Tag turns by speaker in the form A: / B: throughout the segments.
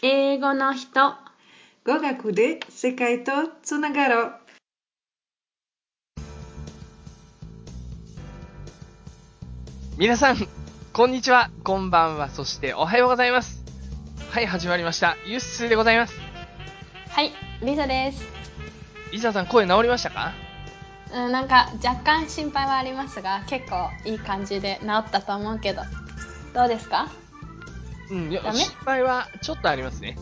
A: 英語の人
B: 語学で世界とつながろう
C: 皆さん、こんにちは、こんばんは、そしておはようございます。はい、始まりました。ゆっすーでございます。
A: はいリサです
C: リサさん、声治りましたか
A: うんなんか若干心配はありますが結構いい感じで治ったと思うけどどうですか
C: うん、い
A: ダ
C: や、
A: メ
C: 心配はちょっとありますね。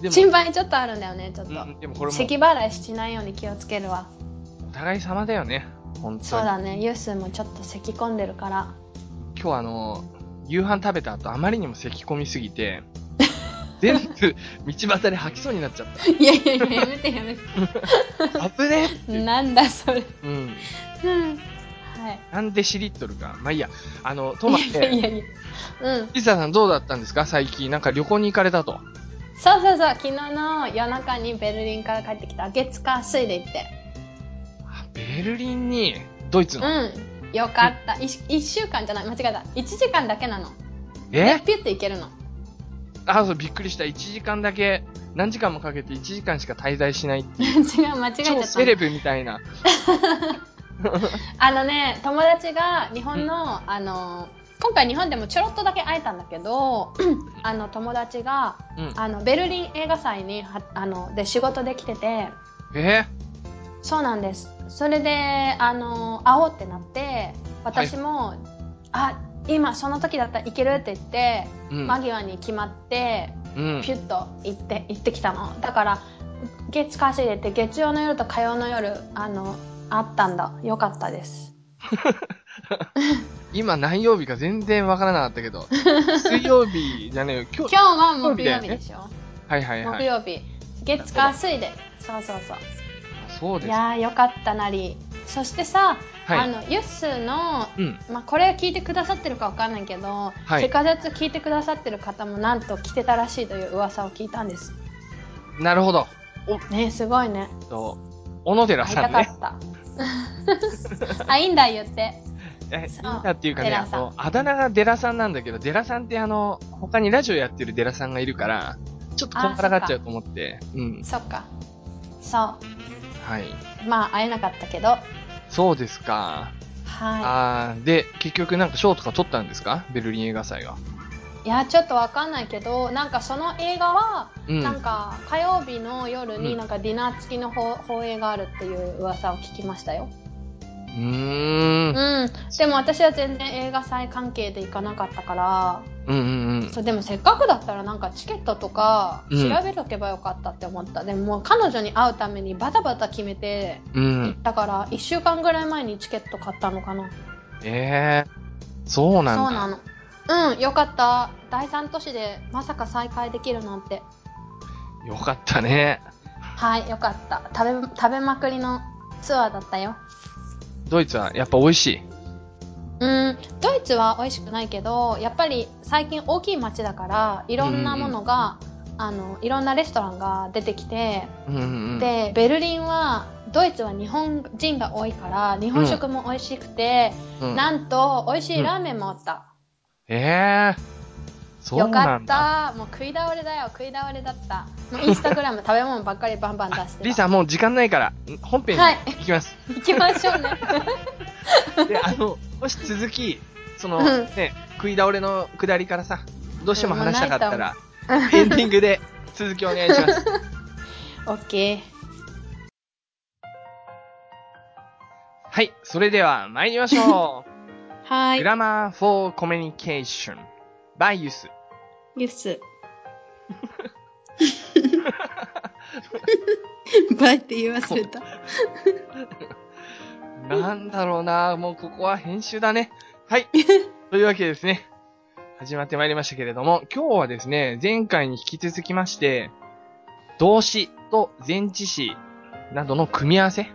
C: でも、
A: 心配ちょっとあるんだよねちょっと、
C: うん、でもこれも、
A: 咳払いしないように気をつけるわ
C: お互い様だよね。本当に。
A: そうだねユースもちょっと咳込んでるから
C: 今日あの、夕飯食べた後、あまりにも咳込みすぎて、 全部、道端で吐きそうになっちゃっ
A: いやいやいややめてやめて
C: た。危ねえっ て。
A: なんだそれ
C: うん。
A: うんはい
C: なんで知りっとるか。まあいいや。あの、とまっ
A: いやい
C: て、
A: やいやうん
C: リサさんどうだったんですか最近。なんか旅行に行かれたと。
A: そうそうそう昨日の夜中にベルリンから帰ってきた月火水で行って
C: あベルリンに、ドイツの。
A: うんよかった1週間じゃない間違えた1時間だけなの
C: え
A: ピュッて行けるの
C: あ、そう、びっくりした。1時間だけ、何時間もかけて1時間しか滞在しない。
A: 違う間違えちゃ
C: 超
A: っ
C: セレ
A: た
C: ブみたいな。
A: あのね友達が日本の、あの今回日本でもちょろっとだけ会えたんだけどあの友達が
C: うん。
A: あのベルリン映画祭にはあので仕事で来てて
C: え
A: そうなんですそれであの会おうってなって私も、あ今その時だったら行けるって言って、
C: うん。
A: 間際に決まって
C: うん
A: ピュッと行って行ってきたのだから月火水で行って月曜の夜と火曜の夜あのあったんだよかったです
C: 今何曜日か全然わからなかっ たけど。水曜日じゃねえよ。今日。
A: 今日は木曜日でしょ、
C: はいはいは
A: 木
C: い。
A: 曜日月火水でそうそうそう
C: そうで
A: い
C: す。
A: やーよかったなりそしてさ、
C: はい
A: あのユッスーの、
C: うん。
A: まあ、これ聞いてくださってるかわかんないけど、
C: はい
A: セカジャツ聞いてくださってる方もなんと来てたらしいという噂を聞いたんです
C: なるほど。
A: ねすごいね
C: えっと、小野寺
A: 会い
C: さ
A: た
C: ん
A: か
C: ね。
A: った あいいんだ言って
C: え、いい
A: そうん
C: だっていうかね、
A: デ
C: あ
A: ラさん
C: の、あだ名がデラさんなんだけど、デラさんってあの、他にラジオやってるデラさんがいるから、ちょっとこんがらがっちゃうと思って。うん。
A: そっかそう
C: はい。
A: まあ会えなかったけど、
C: そうですか。
A: は
C: あーで、結局なんか賞とか取ったんですかベルリン映画祭は。
A: い。いや、ちょっとわかんないけど、なんかその映画は、
C: うん。
A: なんか火曜日の夜
C: う
A: に
C: ん
A: なんかディナー付きの放放映があるっていう噂を聞きましたよ。
C: うー。
A: うんん。でも私は全然映画祭関係で行かなかったから、
C: うんうん
A: そう、でもせっかくだったらなんかチケットとか
C: う
A: 調
C: ん
A: べとけばよかったって思った。でももう彼女に会うためにバタバタ決めて、
C: うん。う
A: 行
C: ん。
A: ったから1週間ぐらい前にチケット買ったのかな。
C: ええそうなんだ。
A: そうなの。うん、よかった。第三都市でまさか再会できるなんて。
C: よかったね。
A: はい、よかった。食べ、食べまくりのツアーだったよ。
C: ドイツはやっぱ美味しい。
A: うん、ドイツは美味しくないけど、やっぱり最近大きい町だから、いろんなものが、あの、いろんなレストランが出てきて、
C: うんうんうん。
A: で、ベルリンは、ドイツは日本人が多いから、日本食も美味しくて、
C: うん、
A: なんと、美味しいラーメンもあった。
C: ええそうな
A: よ
C: んだ。
A: かった。もう食い倒れだよ、食い倒れだった。もうインスタグラム食べ物ばっかりバンバン出してた。
C: リーさんもう時間ないから、本編に
A: はい
C: 行きます。
A: 行きましょう ね。
C: で、あの、もし続き、その、
A: うん
C: ね、食い倒れの下りからさ、どうしても話したかったら、
A: うんもうないと
C: エンディングで続きお願いします。
A: オッケ
C: はい、それでは参りましょう。
A: ー。 はーい。
C: Grammar for Communication by Use。
A: ユ ス。バイって言い忘れた。
C: なんだろうな、もうここは編集だね。 はい。というわけでですね、始まってまいりましたけれども、今日はですね、前回に引き続きまして、動詞と前置詞などの組み合わせ。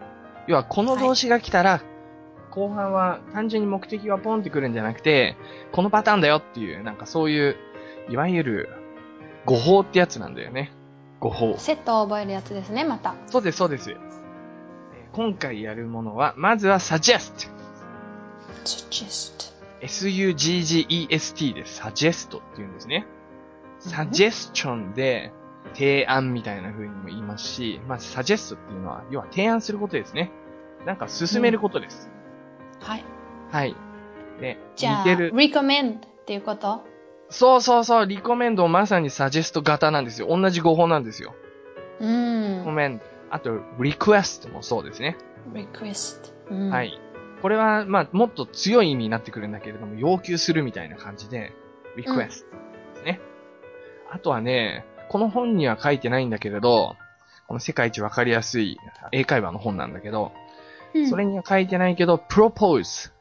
C: 要は、この動詞が来たら、後半は単純に目的がポンってくるんじゃなくて、このパターンだよっていう、なんかそういう、いわゆる、誤報ってやつなんだよね。誤報。
A: セットを覚えるやつですね、また。
C: そうです、そうです。えー今回やるものは、まずは suggest。suggest です。suggest って言うんですね。
A: うん
C: suggestion で、提案みたいな風にも言いますし、まあ、サジェストっていうのは、要は提案することですね。なんか進めることです。
A: はい。
C: はい。で、
A: じゃあ、
C: 似てる。
A: recommend っていうこと
C: そうそうそう、リコメンドまさにサジェスト型なんですよ。同じ語法なんですよ。
A: う
C: リコ
A: ん。
C: メンド。あと、リクエストもそうですね。
A: request。うん、
C: は。い。これは、まあ、もっと強い意味になってくるんだけれども、要求するみたいな感じで、リクエストですね。あとはね、この本には書いてないんだけれど、この世界一わかりやすい英会話の本なんだけど、
A: うん、
C: それには書いてないけど、プロポーズ。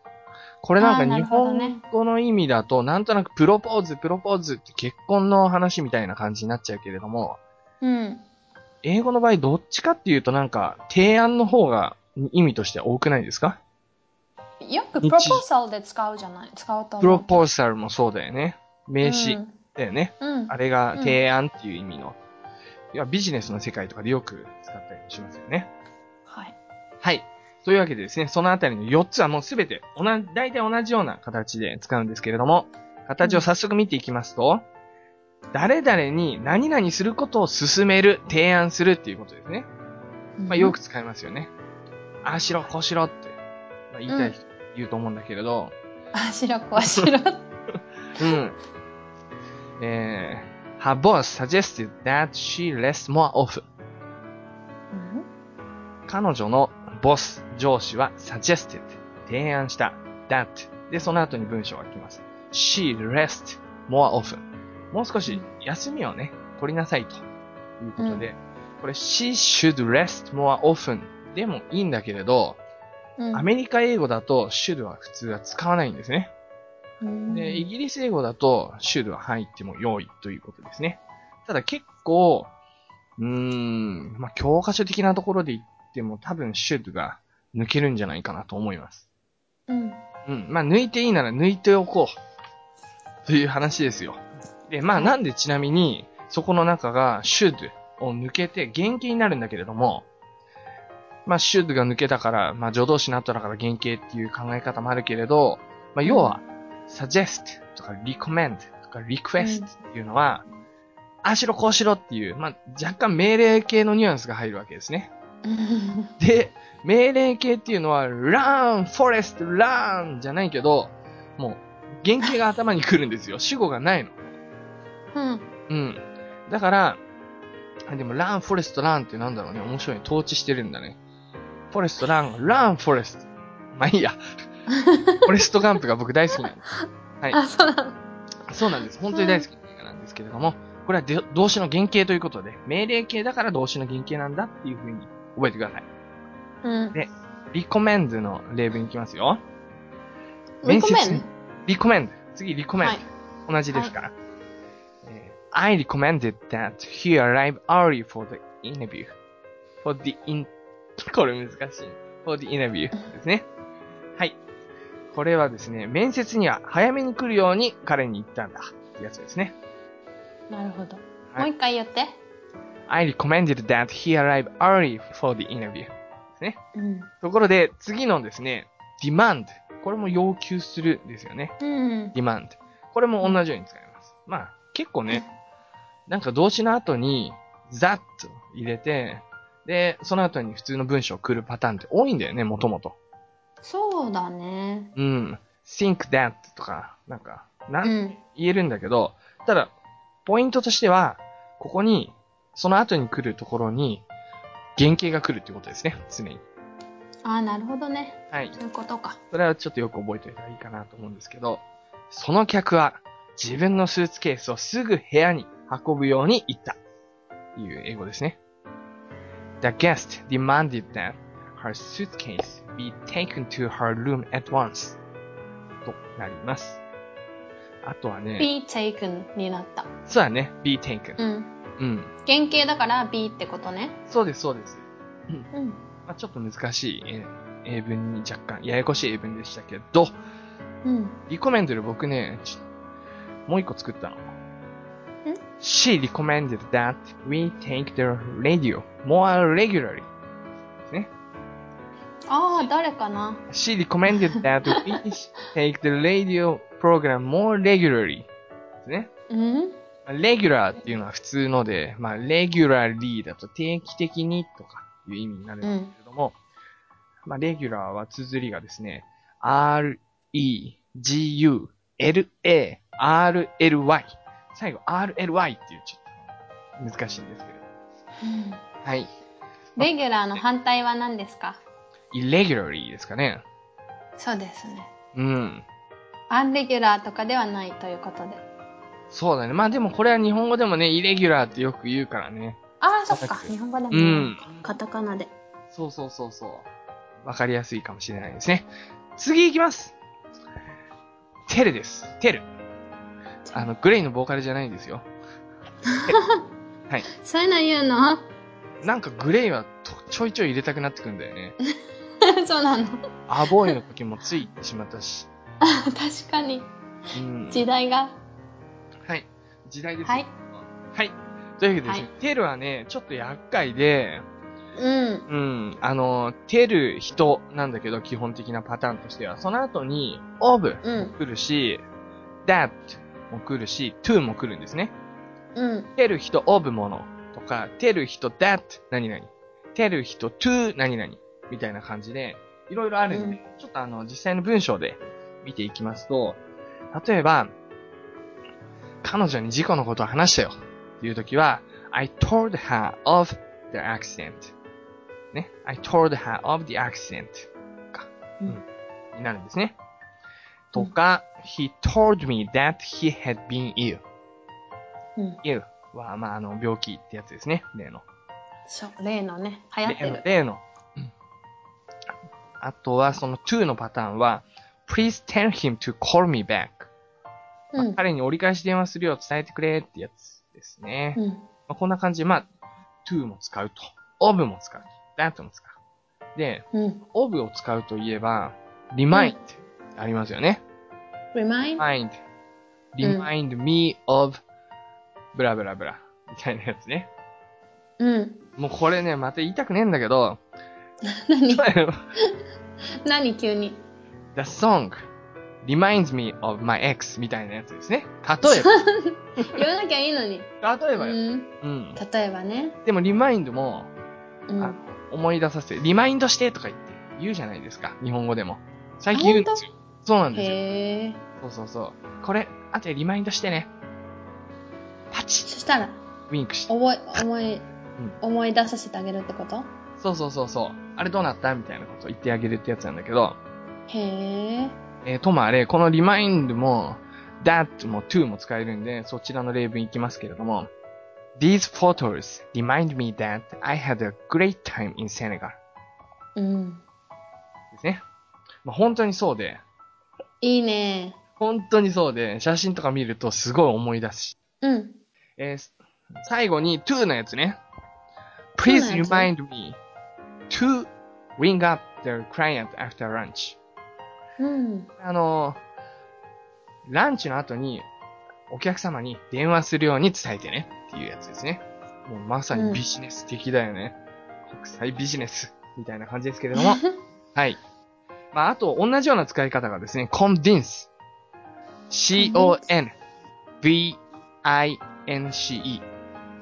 C: これなん
A: あ
C: か
A: ー
C: 日
A: なる
C: 本語の意味だと、なんとなくプロポーズ、プロポーズって結婚の話みたいな感じになっちゃうけれども、
A: うん。
C: 英語の場合どっちかっていうとなんか提案の方が意味としては多くないですか
A: よく
C: 日
A: proposal で使うじゃない使うと思う。
C: プロポーサルもそうだよね。名詞
A: うん
C: だよね。
A: うん
C: あれが提案っていう意味の。いや、ビジネスの世界とかでよく使ったりしますよね。
A: はい。
C: はい。というわけでですね、そのあたりの4つはもうすべて、同じ、大体同じような形で使うんですけれども、形を早速見ていきますと、誰々に何々することを進める、提案するっていうことですね。まあ、よく使いますよね。ああしろ、こうしろって、まあ、言いたい人、言うと思うんだけれど、
A: あ、白くは白。
C: うん。えー、her boss suggested that she rest more off. 彼女のボス、上司は suggested, 提案した。that. で、その後に文章が来ます。she rest more often. もう少し休みをね、取りなさいということで、これ she should rest more often でもいいんだけれど、
A: うん
C: アメリカ英語だと should は普通は使わないんですね。
A: うん
C: で、イギリス英語だと、シュールは入っても良いということですね。ただ結構、うーん、まあ、教科書的なところで言っても多分シュールが抜けるんじゃないかなと思います。
A: うん。
C: うん、まあ、抜いていいなら抜いておこう。という話ですよ。で、まあ、なんでちなみに、そこの中がシュールを抜けて原型になるんだけれども、まあ、シュールが抜けたから、まあ、助動詞になったから原型っていう考え方もあるけれど、まあ、要は、suggest とか recommend とか request っていうのは、ああしろこうしろっていう、まあ、若干命令系のニュアンスが入るわけですね。
A: うん
C: で、命令形っていうのは、run, forest, run じゃないけど、もう、原型が頭に来るんですよ。主語がないの。
A: うん。
C: うん。だから、あでも、run, forest, run ってなんだろうね。面白いね。統治してるんだね。forest, run, run, forest. まあいいや。フォレストガンプが僕大好きなんです。
A: あ、そうなの。
C: そうなんです。本当に大好きな映画なんですけれども、これはで動詞の原型ということで、命令形だから動詞の原型なんだっていうふうに覚えてください。
A: うん。
C: で、recommend の例文いきますよ。面接
A: recommend?
C: recommend. 次、recommend.
A: はい
C: 同じですから。えー I recommended that he arrive early for the interview. for the in, これ難しい。for the interview ですね。はい。これはですね、面接には早めに来るように彼に言ったんだ。ってやつですね。
A: なるほど。
C: はい
A: もう一回言って。
C: I recommended that he arrive early for the interview. ですね。
A: うん。
C: ところで、次のですね、demand。これも要求するですよね。
A: うん。
C: demand。これも同じように使います。まあ、結構ね、なんか動詞の後に、that を入れて、で、その後に普通の文章来るパターンって多いんだよね、もともと。
A: そうだね。
C: うん。think that とか、なんか、な、
A: うんん。
C: 言えるんだけど、ただ、ポイントとしては、ここに、その後に来るところに、原型が来るってことですね、常に。
A: あ、なるほどね。
C: はい。
A: そういうことか。
C: それはちょっとよく覚えておいたらいいかなと思うんですけど、その客は自分のスーツケースをすぐ部屋に運ぶように言った。いう英語ですね。The guest demanded that her suitcase be taken to her room at once. となります。あとはね、
A: be taken になった。
C: そうだね、be taken
A: う。ん。
C: うん。
A: 原型だから be ってことね。
C: そうです、そうです。
A: うん。
C: まあ、ちょっと難しいえー英文に若干、ややこしい英文でしたけど、
A: うん。
C: リコメンドル僕ね、ちもう一個作ったの。She recommended that we take the radio more regularly. ですね。
A: ああ、誰かな
C: She recommended that we take the radio program more regularly. ですね。
A: うん
C: まあレギュラーっていうのは普通ので、まあ、レギュラーリーだと定期的にとかいう意味になるんですけれども、まあ、レギュラーは綴りがですね、R, E, G, U, L, A, R, L, Y。最後、R, L, Y っていうちょっと難しいんですけれど。はい。
A: レギュラーの反対は何ですか
C: irregularly ですかね。
A: そうですね。
C: うん。
A: アンレギュラーとかではないということで。
C: そうだね。まあでもこれは日本語でもね、イレギュラーってよく言うからね。
A: ああ、そっ
C: そう
A: か。
C: です
A: 日本語でも
C: う
A: 言うんのか、カタカナで。
C: そうそうそうそう。わかりやすいかもしれないですね。次行きます。テルです。テル。あの、グレイのボーカルじゃないんですよ。
A: そういうの言うの
C: なんかグレイはとちょいちょい入れたくなってくるんだよね。
A: そうなの。
C: アボーイの時もついてしまったし。
A: 確かに。
C: うん。
A: 時代が。
C: はい。時代ですよ
A: はい。
C: はい。というわけでですね、
A: は
C: テルはね、ちょっと厄介で、
A: うん。
C: うん。あの、てる人なんだけど、基本的なパターンとしては。その後に、of
A: うん
C: も来るし、that も来るし、to も来るんですね。
A: うん。
C: てる人 of ものとか、てる人 that 何々。てる人 to 何々。みたいな感じで、いろいろあるんで、
A: う
C: ちょっとあの、実際の文章で見ていきますと、例えば、彼女に事故のことを話したよ。っていう時は、I told her of the accident. ね。I told her of the accident. か。
A: うん
C: になるんですね。とか、he told me that he had been ill.
A: うん。
C: ill は、まあ、あの、病気ってやつですね。例の。
A: そう、例のね、流行って
C: 例の
A: る。。
C: 例の。あとは、その to のパターンは、please tell him to call me back.
A: うん。
C: 彼に折り返し電話するよう伝えてくれってやつですね。
A: う
C: まあ、こんな感じで、まあ、to も使うと。of も使う。that も使う。で、
A: ん。うん。
C: of を使うといえば、remind ありますよね。
A: remind?
C: remind, remind me of ブラブラブラみたいなやつね。
A: うん。
C: もうこれね、また言いたくねえんだけど、
A: 何何急に。
C: The song reminds me of my ex みたいなやつですね。例え
A: 言わなきゃいいのに。
C: ば。例えば
A: う
C: よ。
A: ん。
C: うん。
A: 例えばね。
C: でも remind も、
A: う
C: あの
A: ん。
C: 思い出させて、リマインドしてとか言って言うじゃないですか。日本語でも。最近言うんですよ。そうなんですよ。
A: へえ。
C: そうそうそう。これ、あとでリマインドしてね。パチッ
A: そしたら、
C: ウィンクして。
A: 思い、思い
C: ん、
A: 思い出させてあげるってこと
C: そうそうそうそう。あれどうなったみたいなこと言ってあげるってやつなんだけど、
A: へえ。
C: えーともあれ、このリマインドも、that も to も使えるんで、そちらの例文いきますけれども、These photos remind me that I had a great time in Senegal
A: うん。
C: ですね。まあ、本当にそうで、
A: いいね。
C: 本当にそうで、写真とか見るとすごい思い出すし、
A: うん。
C: えー最後に to のやつね。
A: to の
C: Please
A: やつ
C: remind me to ring up the client after lunch.
A: うん。
C: あの、ランチの後に、お客様に電話するように伝えてねっていうやつですね。もうまさにビジネス的だよね。国際ビジネスみたいな感じですけれども。はい。まあ、あと、同じような使い方がですね、convince。c-o-n, v-i-n-c-e。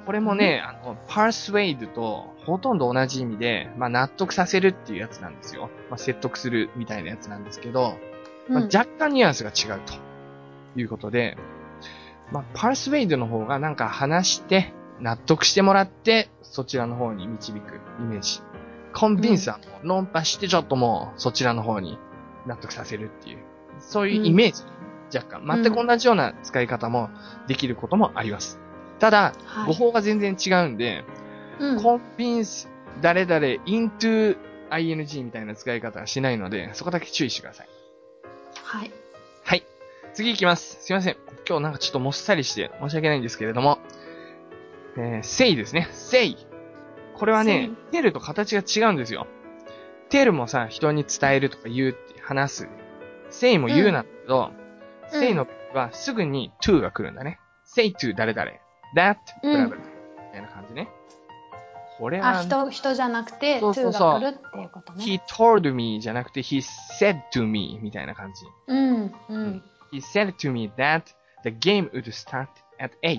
C: これもね、あの、persuade とほとんど同じ意味で、まあ、納得させるっていうやつなんですよ。まあ、説得するみたいなやつなんですけど、まあ
A: うん
C: 若干ニュアンスが違うということで、まあ、パースウェイドの方がなんか話して、納得してもらって、そちらの方に導くイメージ。コンビンさんも論破してちょっともうそちらの方に納得させるっていう、そういうイメージ。若干。全く同じような使い方もできることもあります。ただ、
A: は
C: 語
A: い。
C: 法が全然違うんで、
A: うん。
C: コンビンス誰々 into ing みたいな使い方はしないので、そこだけ注意してください。
A: はい。
C: はい。次行きます。すいません。今日なんかちょっともっさりして申し訳ないんですけれども。えー、せいですね。せい。これはね、テルと形が違うんですよ。テルもさ、人に伝えるとか言うって話す。せいも言うなんだけど、
A: うん
C: せいの時はすぐに to が来るんだね。せい to 誰々。that
A: うん
C: ブラブラ。みたいな感じね。これは
A: あ、、人、人じゃなくて、
C: そうそうそう
A: to が来るっていうことね。
C: he told me じゃなくて he said to me みたいな感じ。
A: うん。うん。
C: He said to me that the game would start at 8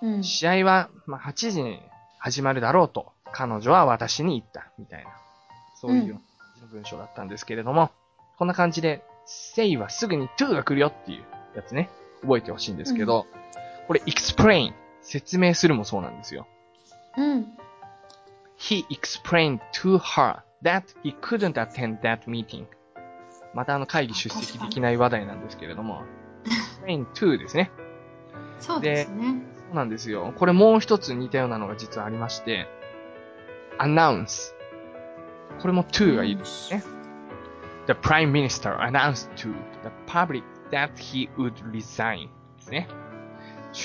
A: うん。
C: 試合は、まあ、8時に始まるだろうと、彼女は私に言った、みたいな。そういう文章だったんですけれども、こんな感じで、セイはすぐに to が来るよっていうやつね、覚えてほしいんですけど、これ explain、説明するもそうなんですよ。
A: うん。
C: He explained to her that he couldn't attend that meeting. またあの会議出席できない話題なんですけれども、explain to ですね。
A: そうですね。
C: そうなんですよ。これもう一つ似たようなのが実はありまして、announce。これも to がいいですね。The Prime Minister announced to the public that he would resign ですね。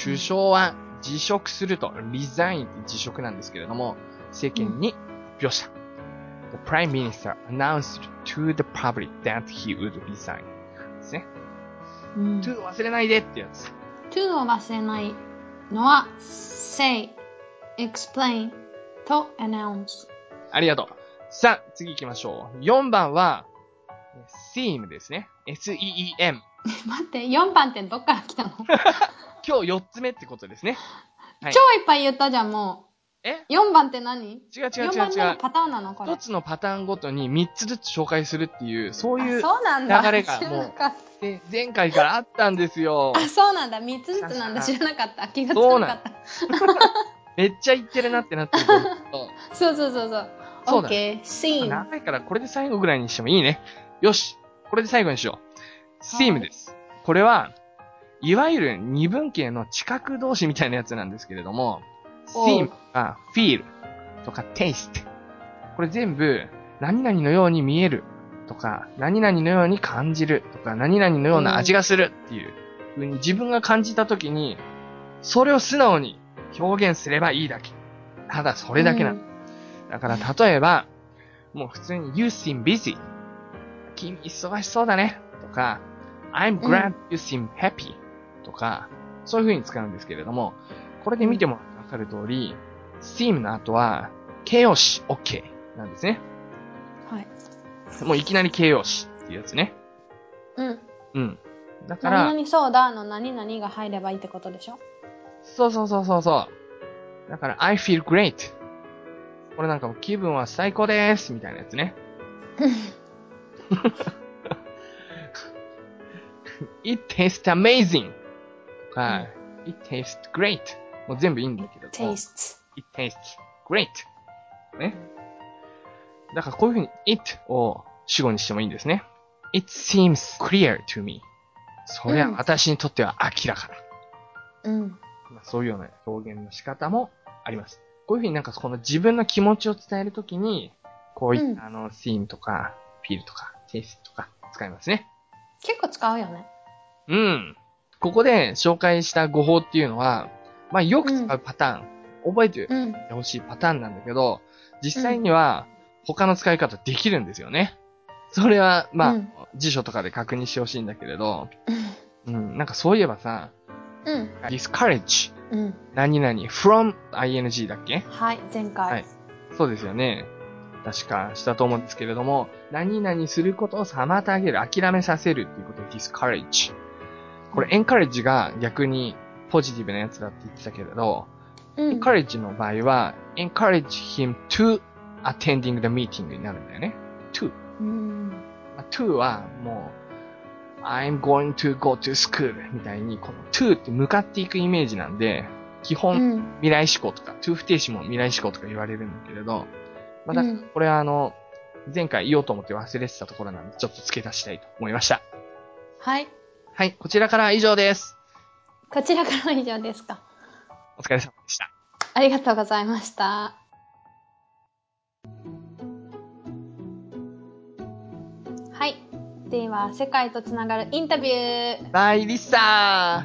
C: 首相は辞職すると、resign って辞職なんですけれども、政権に発表した。The Prime Minister announced to the public that he would resign ですね。
A: うん、
C: to 忘れないでってやつ。
A: to を忘れないのは say, explain と announce。
C: ありがとう。さあ、次行きましょう。4番は、seem ですね。s-e-e-m。
A: 待って、4番ってどっから来たの
C: 今日4つ目ってことですね。はい
A: 超いっぱい言ったじゃん、も
C: え
A: う。4番って何
C: 違う違う
A: ?4
C: 違
A: 番
C: う
A: 目
C: 違
A: の
C: う。
A: パターンなのこれ。
C: 一つのパターンごとに3つずつ紹介するっていう、そうい
A: あ
C: う、
A: そうなんだ。
C: 流れが
A: 知ら
C: もう
A: なかった
C: で前回からあったんですよ。
A: あ、そうなんだ。3つずつなんだ。知らなかった。気がつ
C: そう
A: か
C: な
A: なんか
C: だ
A: った。
C: めっちゃ言ってるなってなってると思うけど。
A: そうそうそうそう。
C: そうだ
A: OK。seem。
C: 長いからこれで最後ぐらいにしてもいいね。よし、これで最後にしよう。seem です。これは、いわゆる二分形の知覚同士みたいなやつなんですけれども、
A: おう
C: seem とか feel とか taste。これ全部、何々のように見えるとか、何々のように感じるとか、何々のような味がするっていう風に自分が感じた時に、それを素直に表現すればいいだけ。ただそれだけなの。だから、例えば、もう普通に、you seem busy. 君忙しそうだね。とか、I'm
A: う
C: glad you seem happy. とか、そういう風に使うんですけれども、これで見てもわかる通り、seem の後は、形容詞 OK なんですね。
A: うんはい。
C: もういきなり形容詞っていうやつね。
A: うん。
C: うん。だか
A: 何
C: ら、
A: 々そうだの何々が入ればいいってことでしょ
C: そうそうそうそうそう。だから、I feel great. これなんかもう気分は最高です。みたいなやつね。It tastes amazing! とか、It tastes great! もう全部いいんだけれども。
A: tastes。
C: It tastes great! ね。だからこういうふうに It を主語にしてもいいんですね。It seems clear to me. そりゃ
A: うん
C: 私にとっては明らかだ。
A: うん。
C: まあそういうような表現の仕方もあります。こういうふうになんかこの自分の気持ちを伝えるときに、こういっ
A: うん
C: たあの、シーンとか、フィールとか、テイストとか使いますね。
A: 結構使うよね。
C: うん。ここで紹介した語法っていうのは、まあよく使うパターン、覚えて
A: うん。
C: ほしいパターンなんだけど、実際には他の使い方できるんですよね。それは、まあ、
A: うん
C: 辞書とかで確認してほしいんだけれど、うん、なんかそういえばさ、
A: うん。
C: discourage
A: うん。
C: 何々 from ing だっけ
A: はい。前
C: は
A: 回
C: い。そうですよね。確かしたと思うんですけれども、何々することを妨げる、諦めさせるっていうことを discourage。これ encourage が逆にポジティブなやつだって言ってたけれど、
A: うん。
C: encourage の場合は、encourage him to attending the meeting になるんだよね。to。
A: うん。
C: まあ to はもう、I'm going to go to school みたいに、この to って向かっていくイメージなんで、基
A: う
C: 本
A: ん。
C: 未来思考とか、トゥー不定詞も未来思考とか言われるんだけれど、まあ、だから
A: うん
C: これはあの、前回言おうと思って忘れてたところなんで、ちょっと付け足したいと思いました。
A: はい。
C: はい、こちらからは以上です。
A: こちらからは以上ですか。
C: お疲れ様でした。
A: ありがとうございました。はい。では、世界とつながるインタビュー。
C: バイリッサ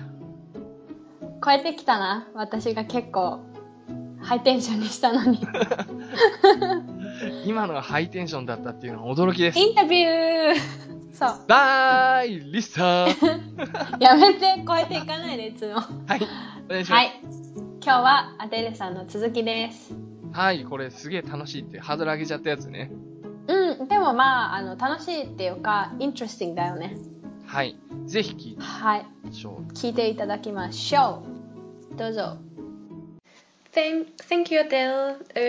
A: 超えてきたな。私が結構、ハイテンションにしたのに。
C: ー今のがハイテンションだったっていうのは驚きです。
A: インタビューそう。
C: バイリッサー
A: やめて、超えていかないで、いつも。は
C: はい、お願いします。はい
A: い。今日は、アデルさんの続きです。、
C: これすげえ楽しいってハードル上げちゃったやつね。
A: うん、でもまあ、あの、楽しいっていうか、イントレスティングだよね。
C: はい、ぜひ聞いて
A: はい。
C: みましょう。
A: 聞いていただきましょう。どうぞ。
D: think think you Adele. Uh,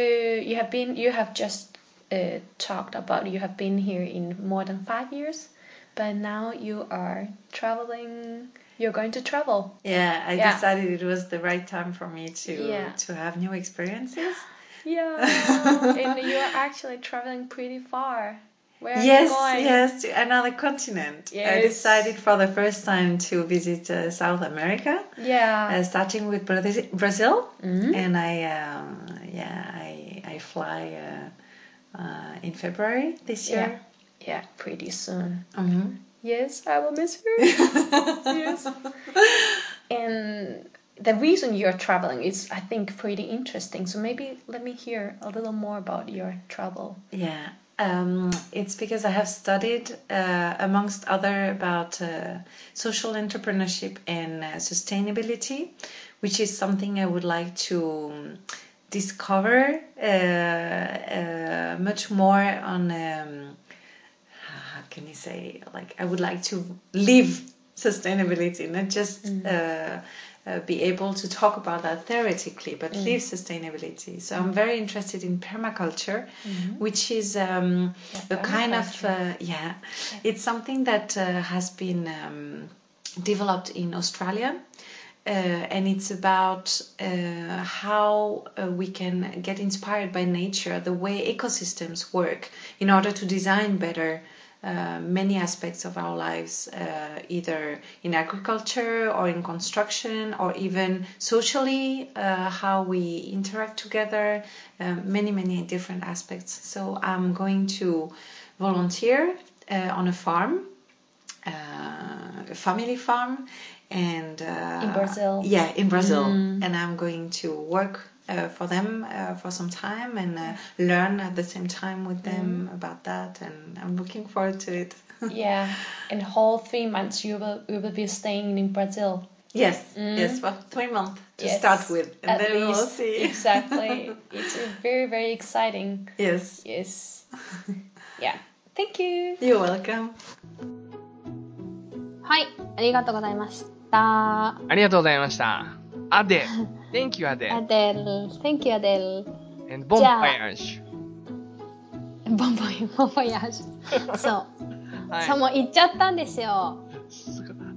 D: you have been you have just uh, talked about you have been here in more than five years, but now you are traveling. You're going to travel.
B: Yeah, I
D: Yeah.
B: decided it was the right time for me to
D: Yeah.
B: to have new experiences.
D: Yeah, and you are actually traveling pretty far. Where are
B: yes,
D: you going?
B: yes, to another continent. I
D: Yes.
B: decided for the first time to visit uh, South America,
D: Yeah.
B: uh, starting with Brazil, Brazil.
D: Mhm.
B: and I um, yeah I I fly uh, uh, in February this year.
D: Yeah, pretty soon.
B: Mhm.
D: Yes, I will miss you. yes. And the reason you're traveling is, I think, pretty interesting. So maybe let me hear a little more about your travel.
B: Yeah, um, it's because I have studied, uh, amongst other, about uh, social entrepreneurship and uh, sustainability, which is something I would like to um, discover uh, uh, much more on. Um, how Ah, can you say like I would like to live sustainability, not just
D: Mm.
B: uh, uh, be able to talk about that theoretically, but
D: Mm.
B: live sustainability. So I'm very interested in permaculture, which is um,
D: Mm-hmm. Yeah,
B: a kind of
D: permaculture.
B: uh, yeah, it's something that uh, has been um, developed in Australia. Uh, and it's about uh, how uh, we can get inspired by nature, the way ecosystems work, in order to design better uh, many aspects of our lives, uh, either in agriculture or in construction or even socially, uh, how we interact together, uh, many, many different aspects. So I'm going to volunteer uh, on a farm uh, a family farm and uh,
D: In Brazil. Mm.
B: yeah in brazil and i'm going to work uh, for them uh, for some time and uh, learn at the same time with them
D: Mm.
B: about that and i'm looking forward to it
D: yeah, in whole three months you will you will be staying in Brazil.
B: yes yes for three months to
D: Mm. Yes,
B: start with and
D: at
B: then we'll
D: least.
B: see
D: exactly. It's uh, very very exciting.
B: yes
D: Yes. Yeah. Thank you.
B: you're welcome
A: はい、ありがとうございました。
C: ありがとうございました。アデ。Thank you, アデ。
A: アデル、Thank you, アデ ル。
C: And bon
A: じゃあ
C: voyage.
A: ボンボイ、ボンボヤージュ。そう。
C: はい
A: そう、もう行っちゃったんですよ。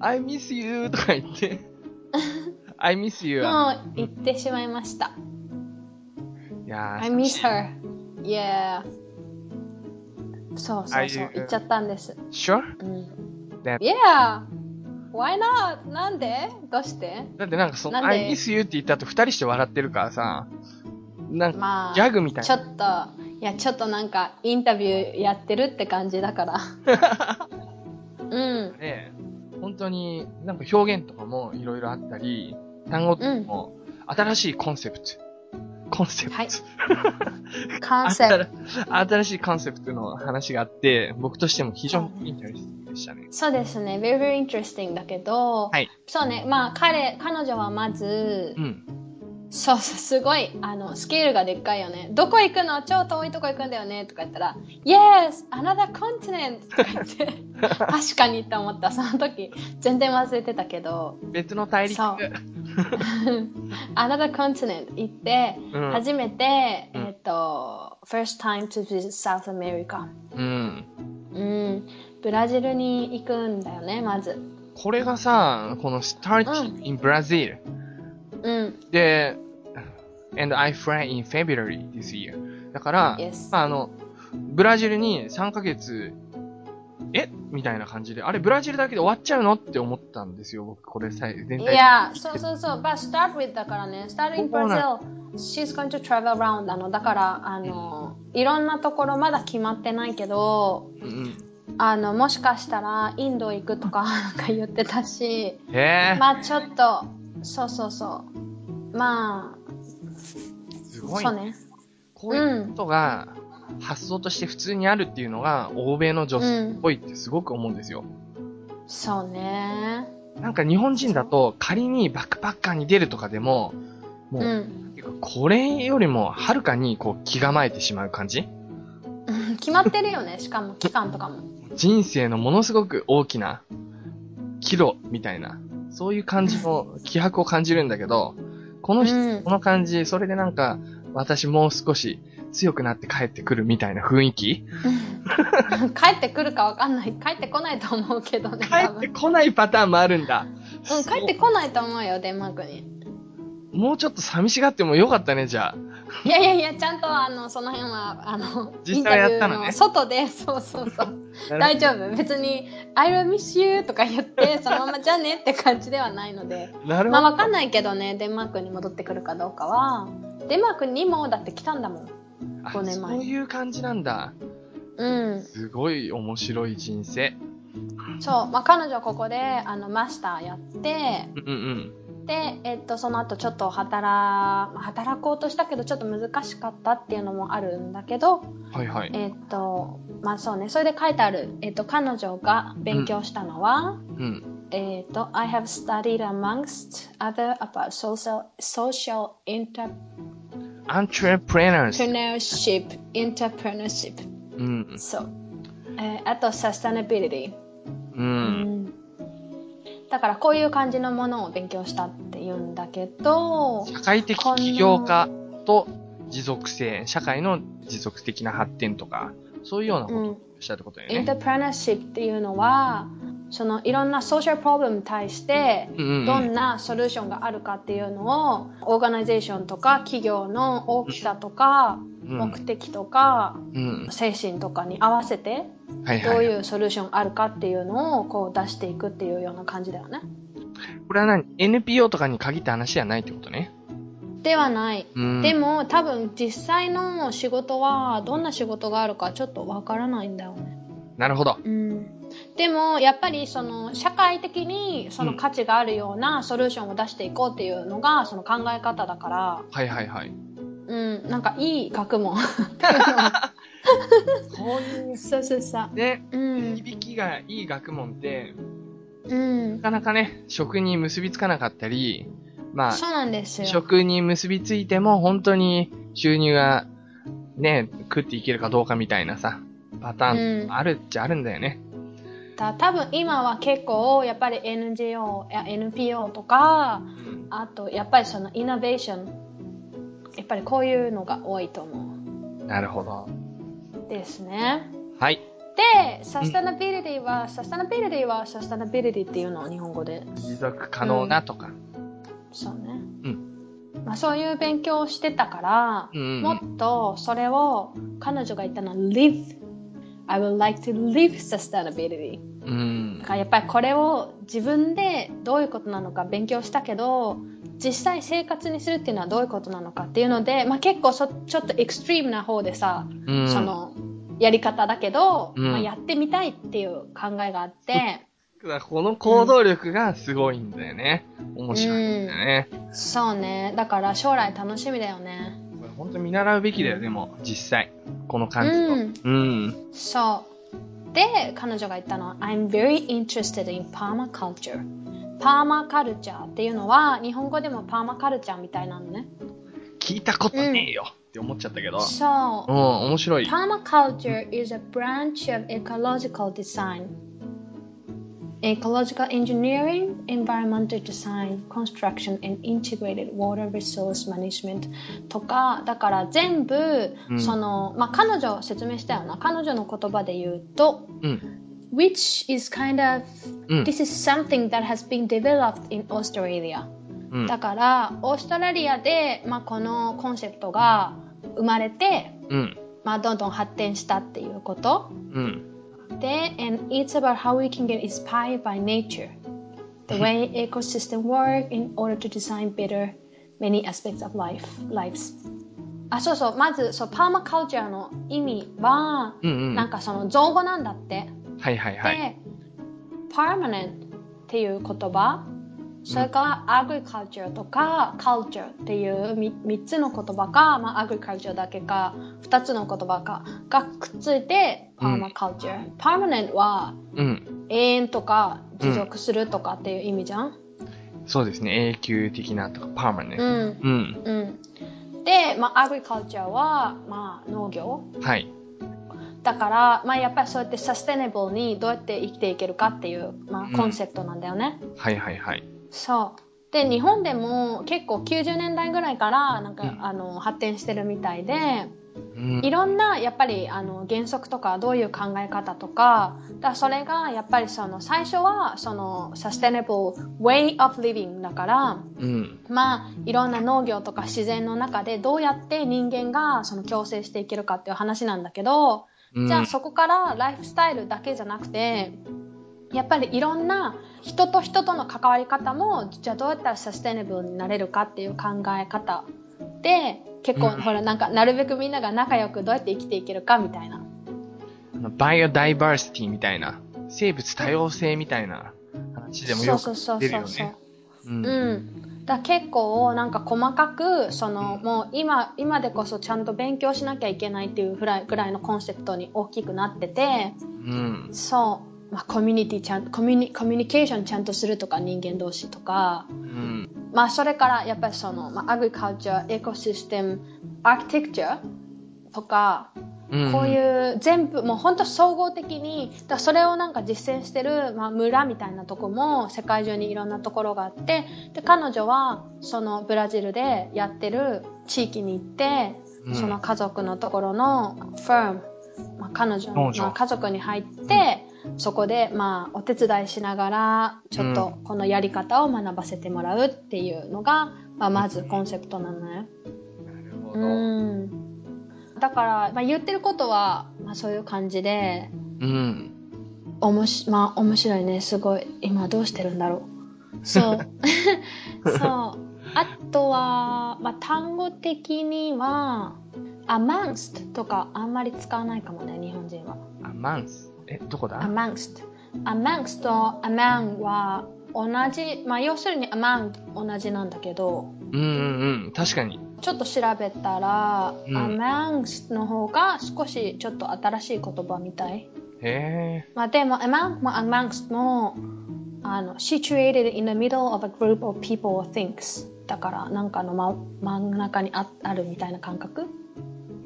C: I miss you とか言って。I miss you.
A: もう行ってしまいました。
C: いやー
A: I miss her. Yeah. そうそうそう、
C: Are you-
A: 行っちゃったんです。
C: Sure?
A: うん。
C: That-
A: Yeah! Why not? なんでどうして
C: だってなんかその、
A: なんで
C: I miss you って言った後二人して笑ってるからさ、なんか、
A: まあ、
C: ギャグみたい
A: ちょ
C: な。
A: っと、いや、ちょっとなんか、インタビューやってるって感じだから。うん。
C: ねえ本当になんか表現とかもいろいろあったり、単語とかも新しいコンセプト。コンセプト。
A: はい完成。
C: 新しいコンセプトの話があって、僕としても非常にインタレスティングでしたね。
A: そうですね、very, very interesting だけど、
C: はい
A: そうね、まあ彼、彼女はまず、
C: うん。
A: そうそう、すごい、あの、スケールがでっかいよね。どこ行くの超遠いとこ行くんだよねとか言ったら、Yes! Another continent! とか言 って、確かにって思った、その時。全然忘れてたけど、
C: 別の大陸。
A: そう Another continent 行って、
C: うん
A: 初めて、
C: うん
A: えっ、と、first time to visit South America。
C: うん。
A: うん、ブラジルに行くんだよね、まず。
C: これがさ、この start in Brazil
A: うん。
C: で、and I fly in February this year. だから、
A: Yes.
C: まあ、あの、ブラジルに3ヶ月、えみたいな感じで、あれ、ブラジルだけで終わっちゃうのって思ったんですよ、僕、これさ、全体。
A: Yeah, so so so. But start with だからね。Start in
C: そう
A: Brazil.
C: な
A: She's going to travel around なの。だから、あの、いろんなところまだ決まってないけど、
C: うんうん。
A: あの、もしかしたらインド行くとか なんか言ってたし、
C: え
A: まあちょっと、そうそうそう。ま
C: ー、す
A: あ、
C: ごい
A: そう。ね。
C: こういうことが、発想として普通にあるっていうのが、欧米の女性っぽいってすごく思うんですよ。
A: そうね。
C: なんか日本人だと、仮にバックパッカーに出るとかでも、もう、
A: うん。
C: てかこれよりもはるかにこう気構えてしまう感じ
A: うん決まってるよね。しかも、期間とかも。
C: 人生のものすごく大きな岐路みたいな、そういう感じの気迫を感じるんだけど、この人、
A: うん
C: この感じ、それでなんか、私もう少し強くなって帰ってくるみたいな雰囲気
A: 帰ってくるかわかんない。帰ってこないと思うけどね、
C: 帰
A: 多
C: って
A: 分。
C: こないパターンもあるん
A: う
C: だ。
A: ん、帰ってこないと思うよ、デンマークに。
C: もうちょっと寂しがってもよかったね、じゃあ。
A: いやいやいや、ちゃんと、あの、その辺は、あの、
C: 実際はやったのね
A: インタビュー外で、そうそう そう。大丈夫。別に、I will miss you とか言って、そのままじゃあねって感じではないので。
C: なるほ
A: まあ、
C: ど。
A: わかんないけどね、デンマークに戻ってくるかどうかは。デンマークにも、だって来たんだもん。
C: あ
A: 5年前
C: そういう感じなんだ。
A: うん。
C: すごい面白い人生。
A: そう、まあ、彼女ここであのマスターやって
C: うんうん。
A: で、えっと、その後ちょっと働働こうとしたけどちょっと難しかったっていうのもあるんだけど、
C: はいはい。
A: えっとまあそうねそれで書いてある、えっと、彼女が勉強したのは、
C: うん。
A: えっと I have studied amongst other about social, social
C: entrepreneurs。
A: entrepreneurship entrepreneurship
C: うん。
A: そう、えーあと sustainability
C: う。
A: うんんだからこういう感じのものを勉強したって言うんだけど、
C: 社会的起業家と持続性、社会の持続的な発展とか、そういうようなこ
A: う
C: とを
A: ん、
C: したってことだ
A: エ
C: よ
A: ンタ
C: ね。
A: ープレナーシップっていうのはそのいろんなソーシャルプロブレムに対して
C: うんうんうん
A: どんなソリューションがあるかっていうのをオーガナイゼーションとか企業の大きさとか
C: うん
A: 目的とか
C: うん。
A: 精神とかに合わせて
C: はい
A: ど
C: は
A: う
C: い。
A: いうソリューションあるかっていうのをこう出していくっていうような感じだよね。
C: これは何 ?NPO とかに限った話じゃないってことね。
A: ではない
C: うん。
A: でも多分実際の仕事はどんな仕事があるかちょっとわからないんだよね。
C: なるほど。
A: うん、でもやっぱりその社会的にその価値があるようなソリューションを出していこうっていうのがその考え方だから、
C: はいはいはい。
A: うん、なんかいい学問。
C: こういう
A: そうそうそう。
C: ね、
A: うん、
C: 響きがいい学問って、
A: うん
C: な、かなかね、職に結びつかなかったり、まあ、
A: そうなんですよ。
C: 職に結びついても本当に収入がね、食っていけるかどうかみたいなさ、パター
A: う
C: ン
A: ん
C: あるっちゃあるんだよね。
A: た多分今は結構やっぱり NGO や NPO とか
C: うん
A: あとやっぱりそのイノベーションやっぱりこういうのが多いと思
C: なるほど。
A: うですね。
C: はい。
A: で、サステナビリティは、サステナビリティは、サステナビリティっていうのを日本語で。
C: 持続可能なとか。
A: そうね。
C: う
A: まあ、そういう勉強をしてたから、
C: うんうん
A: もっとそれを、彼女が言ったのは、live。I would like to live sustainability.
C: うん
A: だか。らやっぱりこれを自分でどういうことなのか勉強したけど、実際生活にするっていうのはどういうことなのかっていうので、まあ、結構そちょっとエクストリームな方でさ、
C: うん
A: そのやり方だけど、
C: うん
A: まあ、やってみたいっていう考えがあって、
C: だからこの行動力がすごいんだよね。面白いんだよね。
A: そうねだから将来楽しみだよね
C: これ本当見習うべきだよ、でも、実際。この感
A: うん
C: じと。うん。
A: そうで彼女が言ったのは「I'm very interested in permaculture」パーマカルチャーっていうのは日本語でもパーマカルチャーみたいなのね
C: 聞いたことねえよって思っちゃったけど。
A: そう
C: うん、面白い。
A: Permaculture is a branch of ecological design, ecological engineering, environmental design, construction, and integrated water resource management とか、だから全部、
C: うん
A: その、まあ、彼女説明したよな。彼女の言葉で言うと、
C: うん。
A: which is kind of,
C: うん
A: this is something that has been developed in Australia.
C: うん。
A: だから、オーストラリアで、まあ、このコンセプトが生まれて、
C: うん。
A: まあ、どんどん発展したっていうこと
C: うん。
A: で and it's about how we can get inspired by nature the way ecosystem work in order to design better many aspects of life lives あそうそうまずそうパーマカルチャーの意味は、
C: うんう
A: なん
C: ん。
A: かその造語なんだって
C: はいはいはい。
A: で、permanent っていう言葉、それから、agriculture とか culture っていうみ3つの言葉か、まあ、agriculture だけか、2つの言葉かがくっついて、
C: うん
A: permaculture。permanent は
C: うん。
A: 永遠とか持続するとかっていう意味じゃん。
C: そうですね。永久的なとか、パー
A: う
C: マね。
A: ん。
C: うん。
A: うん。で、まあ、agriculture は、まあ、農業。
C: はい。
A: だから、まあ、やっぱりそうやって sustainable にどうやって生きていけるかっていう、まあ、コンセプトなんだよね。
C: はいはいはい。
A: そう。で日本でも結構90年代ぐらいからなんか、
C: うん
A: あの発展してるみたいで
C: うん
A: いろんなやっぱりあの原則とかどういう考え方とかだからそれがやっぱりその最初はその sustainable way of living だから
C: うん。
A: まあいろんな農業とか自然の中でどうやって人間がその共生していけるかっていう話なんだけど、
C: うん
A: じゃあそこからライフスタイルだけじゃなくてやっぱりいろんな人と人との関わり方もじゃあどうやったらサステナブルになれるかっていう考え方で結構、
C: うん
A: ほらなんかなるべくみんなが仲良くどうやって生きていけるかみたいな
C: あのバイオダイバーシティみたいな、生物多様性みたいな話でもよく出るよね。うん
A: うん、だから結構なんか細かくそのもう今今でこそちゃんと勉強しなきゃいけないっていうぐらいぐらいのコンセプトに大きくなってて
C: うん。
A: そう、まあ、コミュニティちゃんコミュニコミュニケーションちゃんとするとか人間同士とか、
C: うん。
A: まあ、それからやっぱりその、まあ、アグリカルチャーエコシステムアーキテクチャーとか
C: うん。
A: こういう全部もう本当総合的にだからそれをなんか実践してる、まあ、村みたいなとこも世界中にいろんなところがあってで彼女はそのブラジルでやってる地域に行って、
C: うん
A: その家族のところのファーム、まあ、彼女
C: 農
A: の、
C: 場
A: まあ家族に入って、そこでまあお手伝いしながらちょっとこのやり方を学ばせてもらうっていうのが、まあ、まずコンセプトなのね。
C: なるほど。
A: うんだから、まあ、言ってることは、まあ、そういう感じで
C: うん。
A: おもし、まあ、面白いねすごい今どうしてるんだろうそう そうあとは、まあ、単語的には「amongst」とかあんまり使わないかもね日本人は
C: アマンス。え、ど
A: 「
C: こだ
A: amongst」「amongst」と「among」は同じ、まあ、要するに「among」同じなんだけど
C: うんうんうん。確かに。
A: ちょっと調べたら、
C: うん
A: amongst の方が少しちょっと新しい言葉みたい。
C: へえ。
A: まあでも among も amongst もあの situated in the middle of a group of people or things だからなんかの真真ん中にああるみたいな感覚。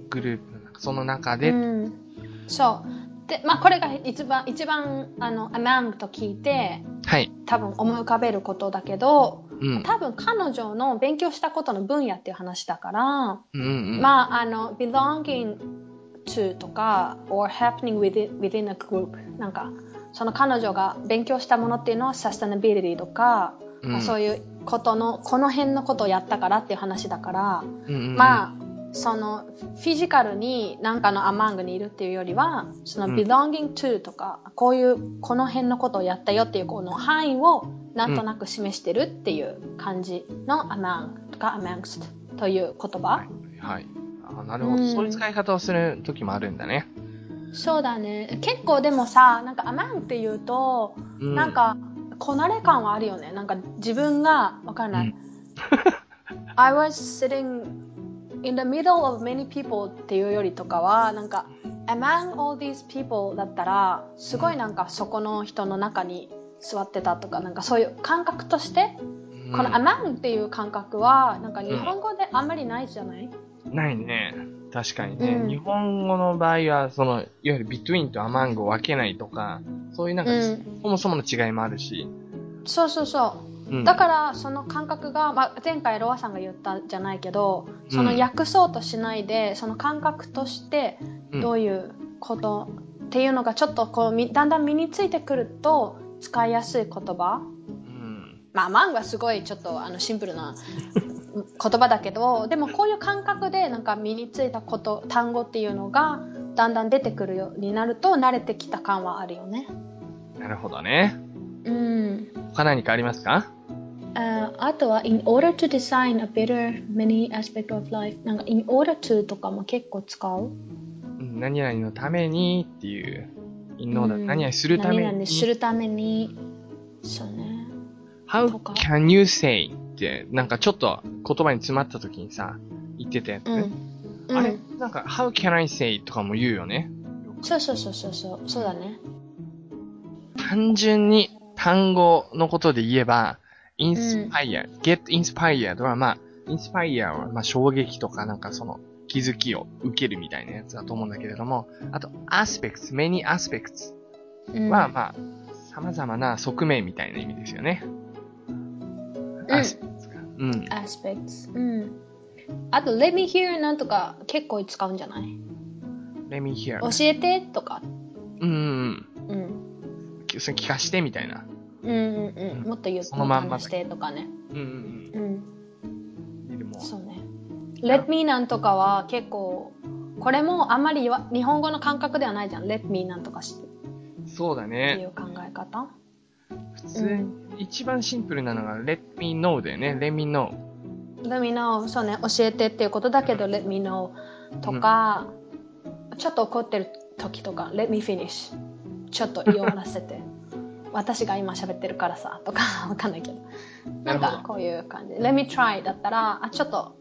C: グループ。その中で。
A: う
C: うん。
A: ん、そう。で、まあこれが一番一番あの among と聞いて
C: はい。
A: 多分思い浮かべることだけど、
C: うん。
A: 多分彼女の勉強したことの分野っていう話だから。
C: うんうん。
A: まあ、あの、belonging to とか、or happening within, within a group。なんか、その彼女が勉強したものっていうのは sustainability とか、まあ、そう
C: い
A: いうことの、この辺のことをやったからっていう話だから、
C: うん。あ。
A: まあ、そのフィジカルに何かのアマングにいるっていうよりはその belonging to とか、こういうこの辺のことをやったよっていうこの範囲をなんとなく示してるっていう感じのアマングとか amongst という言葉、
C: はい。はい。あなるほど、
A: うん
C: そういう使い方をする時もあるんだね。
A: そうだね結構でもさなんかアマンっていうと、
C: う
A: なん、かこなれ感はあるよねなんか自分がわかんない、
C: うん
A: I was sitting in the middle of many people っていうよりとかはなんか among all these people だったらすごいなんかそこの人の中に座ってたとかなんかそういう感覚として、
C: うん
A: この among っていう感覚はなんか日本語であんまりないじゃない、
C: ないね。確かにね、
A: うん
C: 日本語の場合は、その、いわゆる between と among を分けないとか、そういうなんか、
A: うん
C: そもそもの違いもあるし。
A: そうそうそう
C: うん
A: だからその感覚が、まあ、前回ロアさんが言ったじゃないけどその
C: うん
A: 訳そうとしないで、その感覚として
C: うん
A: どういうことっていうのがちょっとこうみだんだん身についてくると使いやすい言葉
C: うん。
A: まあマンはすごいちょっとあのシンプル な言葉だけどでもこういう感覚でなんか身についたこと単語っていうのがだんだん出てくるようになると慣れてきた感はあるよね。
C: なるほどね。
A: うん
C: 他何かありますか
A: ああとは、in order to design a better many aspect of life なんか、in order to とかも結構使う。
C: うん何々のためにっていう、in
A: う
C: order
A: ん
C: 何々するために。
A: 何々するために。そうね。
C: How
A: とか
C: can you say? って、なんかちょっと言葉に詰まった時にさ、言ってたやつ
A: う
C: ね。
A: ん。
C: あ
A: う
C: れ
A: ん、
C: なんか、How can I say? とかも言うよね。
A: そうそうそうそうそう。そうだね。
C: 単純に単語のことで言えば、インスパイア、get inspired はまあ、インスパイアはまあ衝撃とかなんかその気づきを受けるみたいなやつだと思うんだけれども、あと、aspects, many aspects
A: うん、
C: はまあ、様々な側面みたいな意味ですよね。あそっかうん。
A: aspects うんあと let me hear なんとか結構使うんじゃない
C: Let me hear.
A: 教えてとか
C: うんうん
A: うん
C: うん。きそれ聞かしてみたいな。
A: うんうんうんもっと言っ
C: そのまんまだ
A: 話してとかね
C: うんうん
A: うん
C: うん。でも、
A: そうね let me なんとかは結構これもあんまり言わ日本語の感覚ではないじゃん let me なんとかし
C: そうだ
A: ってい
C: ね。
A: う考え方
C: 普通に、一番シンプルなのが Let me know だよね。Let me know。
A: let me know そうね教えてっていうことだけど let me know とか、ちょっと怒ってる時とか let me finish ちょっと言い終わらせ て私が今喋ってるからさとかわかんないけどな
C: なる
A: ん
C: ほど
A: かこういう感じ let me try だったらあちょっと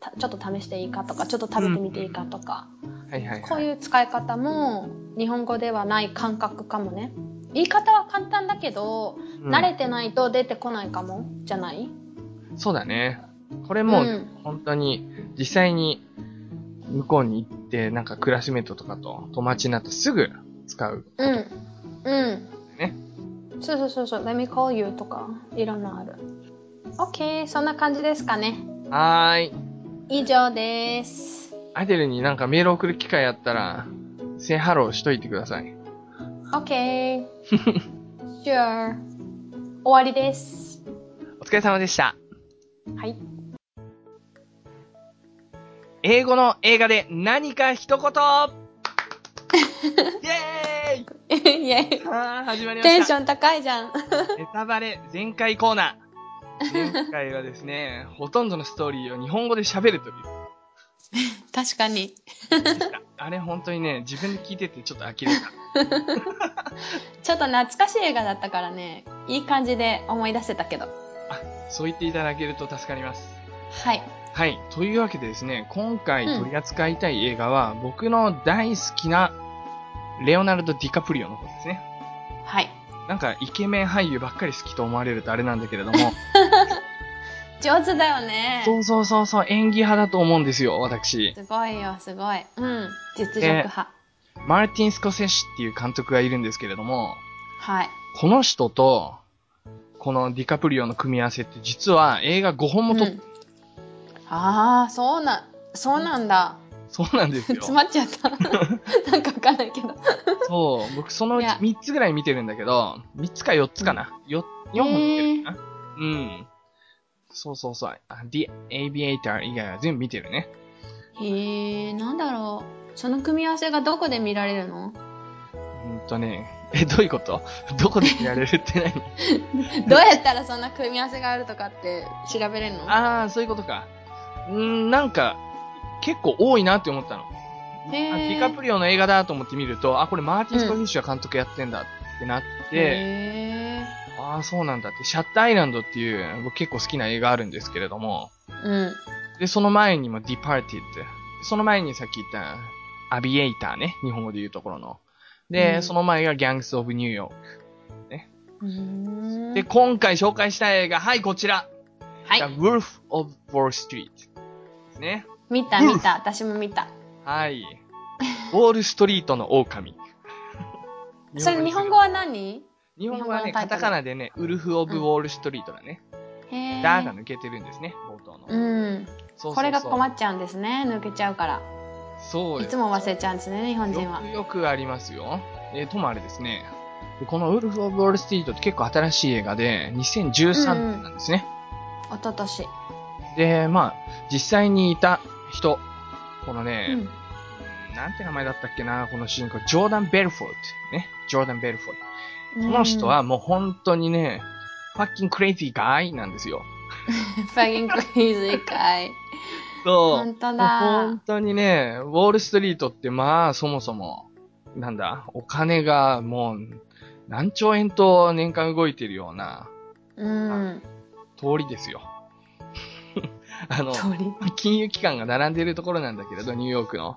A: たちょっと試していいかとかちょっと食べてみていいかとか、
C: はいはい
A: こう
C: はい。
A: いう使い方も日本語ではない感覚かもね言い方は簡単だけど、
C: うん
A: 慣れてないと出てこないかもじゃない
C: そうだね。これも
A: うん、
C: 本当に、実際に、向こうに行って、なんかクラスメートとかと友達になってすぐ使う。
A: うん。うん。
C: ね
A: そうそうそうそう。Let me call you とか、いろんなのある。OK、そんな感じですかね。
C: はーい。
A: 以上です。
C: アイデルになんかメール送る機会あったら、セイハローしといてください。
A: OK。sure。終わりです。
C: お疲れ様でした。
A: はい。
C: 英語の映画で何か一 言イェーイ
A: イェイ。
C: あー始まりま
A: テン
C: し
A: シ
C: た。
A: ョン高いじゃん。
C: ネタバレ全開コーナー。前回はですね、 ほとんどのストーリーを日本語で喋るという。
A: 確かに。
C: あれ本当にね、自分で聞いててちょっと呆れ
A: ちょ
C: た。
A: っと懐かしい映画だったからね、いい感じで思い出せたけど。
C: そう言っていただけると助かります。
A: はい。
C: はい。というわけでですね、今回
A: うん
C: 取り扱いたい映画は、僕の大好きな、レオナルド・ディカプリオの方ですね。
A: はい。
C: なんか、イケメン俳優ばっかり好きと思われるとあれなんだ けれども、
A: 上手だよね。
C: そうそうそうそう、演技派だと思うんですよ、私。
A: すごいよ、すごい。うん。実力派。
C: マルティン・スコセッシっていう監督がいるんですけれども、
A: はい。
C: この人と、このディカプリオの組み合わせって実は映画5本もと、
A: うん、ああそうなそうなんだ
C: そうなんで すよ。
A: 詰まっちゃったなんかわかんないけど
C: そう、僕そのうち
A: いや
C: 3つぐらい見てるんだけど、3つか4つかな。よ4本見てるかな。うん。そうそうそう。あ The Aviator 以外は全部見てるね。
A: へえなんだろうその組み合わせがどこで見られるの
C: うんとね、え、どういうこと どこで見られるって何
A: どうやったらそんな組み合わせがあるとかって調べれるの
C: ああ、そういうことか。うーん、なんか、結構多いなって思ったの。あ
A: へー
C: ディカプリオの映画だと思って見ると、あ、これマーティン・スコフィッシュが監督やってんだってなって、
A: へ
C: ああ、そうなんだって、シャッターアイランドっていう、僕結構好きな映画あるんですけれども、
A: えうん
C: で、その前にも Departed。その前にさっき言った、アビエイターね。日本語で言うところの。で、
A: うん
C: その前が Gangs of New York。
A: うーん
C: で、今回紹介したい映画、はい、こちら。
A: は
C: The
A: い
C: Wolf of Wall Street。ですね。
A: 見た見た私も見た
C: はい。ウォールストリートの狼。
A: それ日本語は何
C: 日本語は
A: 日本
C: ね、
A: 語のタイ
C: カ
A: ト
C: タ
A: ル
C: カナでね、ウルフ・オブ・ウ
A: うん
C: ォール・ストリートだね。
A: へえ
C: ダーが抜けてるんですね、冒頭の。
A: うん
C: そうそうそう
A: これが困っちゃうんですね抜けちゃうから
C: そう
A: い
C: です
A: つも忘れちゃうんですね日本人
C: よ
A: は
C: くよくありますよ。えーともあれですね。でこのウルフ・オブ・ウォール・ストリートって結構新しい映画で、2013年なんですね。
A: 一昨年
C: で、まあ、実際にいた人、このね、
A: うん
C: うんなんて名前だったっけな、この主人公、ジョーダン・ベルフォルト。ね、ジョーダン・ベルフォルト。この人はもう本当にね、ファッキンクレイジーガイなんですよ。
A: ファギンクイズ一回。
C: そう。
A: 本当
C: もう本
A: だ。
C: 当にね、ウォールストリートってまあそもそも、なんだ、お金がもう何兆円と年間動いてるような
A: うん。
C: 通りですよ。 あの、
A: り。
C: 金融機関が並んでいるところなんだけれど、ニューヨークの。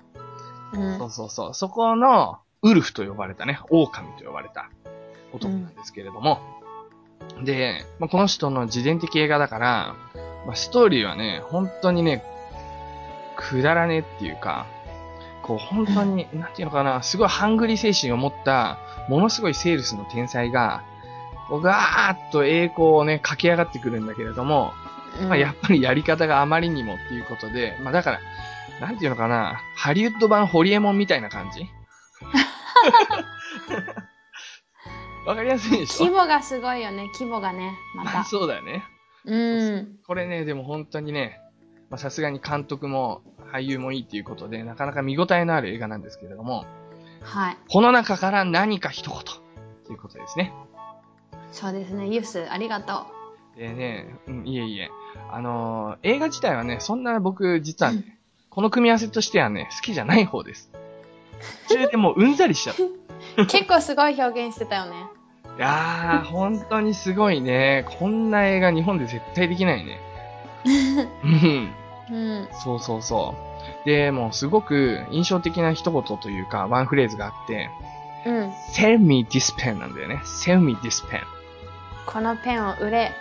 A: うん
C: そうそうそう。そこのウルフと呼ばれたね、狼と呼ばれた男なんですけれども。で、まあ、この人の自伝的映画だから、まあ、ストーリーはね、本当にね、くだらねえっていうか、こう本当に、なんていうのかな、すごいハングリー精神を持った、ものすごいセールスの天才が、こうガーッと栄光をね、駆け上がってくるんだけれども、まあ、やっぱりやり方があまりにもっていうことで、まあだから、なんていうのかな、ハリウッド版ホリエモンみたいな感じわかりやすいでし
A: 規
C: ょ、
A: 模がすごいよね、規模がね、ま
C: まあ、
A: た。
C: そうだよね。
A: うん。
C: これね、でも本当にね、まあさすがに監督も俳優もいいっていうことで、なかなか見応えのある映画なんですけれども、
A: はい。
C: この中から何か一言ということですね。
A: そうですね、ユース、ありがと
C: でね、うん、いえいえ。あのー映画自体はね、そんな僕、実はね、この組み合わせとしてはね、好きじゃない方です。それでもううんざりしちゃう。
A: う。結構すごい表現してたよね。
C: いやー、本当にすごいね。こんな映画日本で絶対できないね。うん。
A: うん。
C: そうそうそう。で、もうすごく印象的な一言というか、ワンフレーズがあって、
A: うん。
C: Sell me this pen なんだよね。Sell me this pen.
A: このペンを売れ。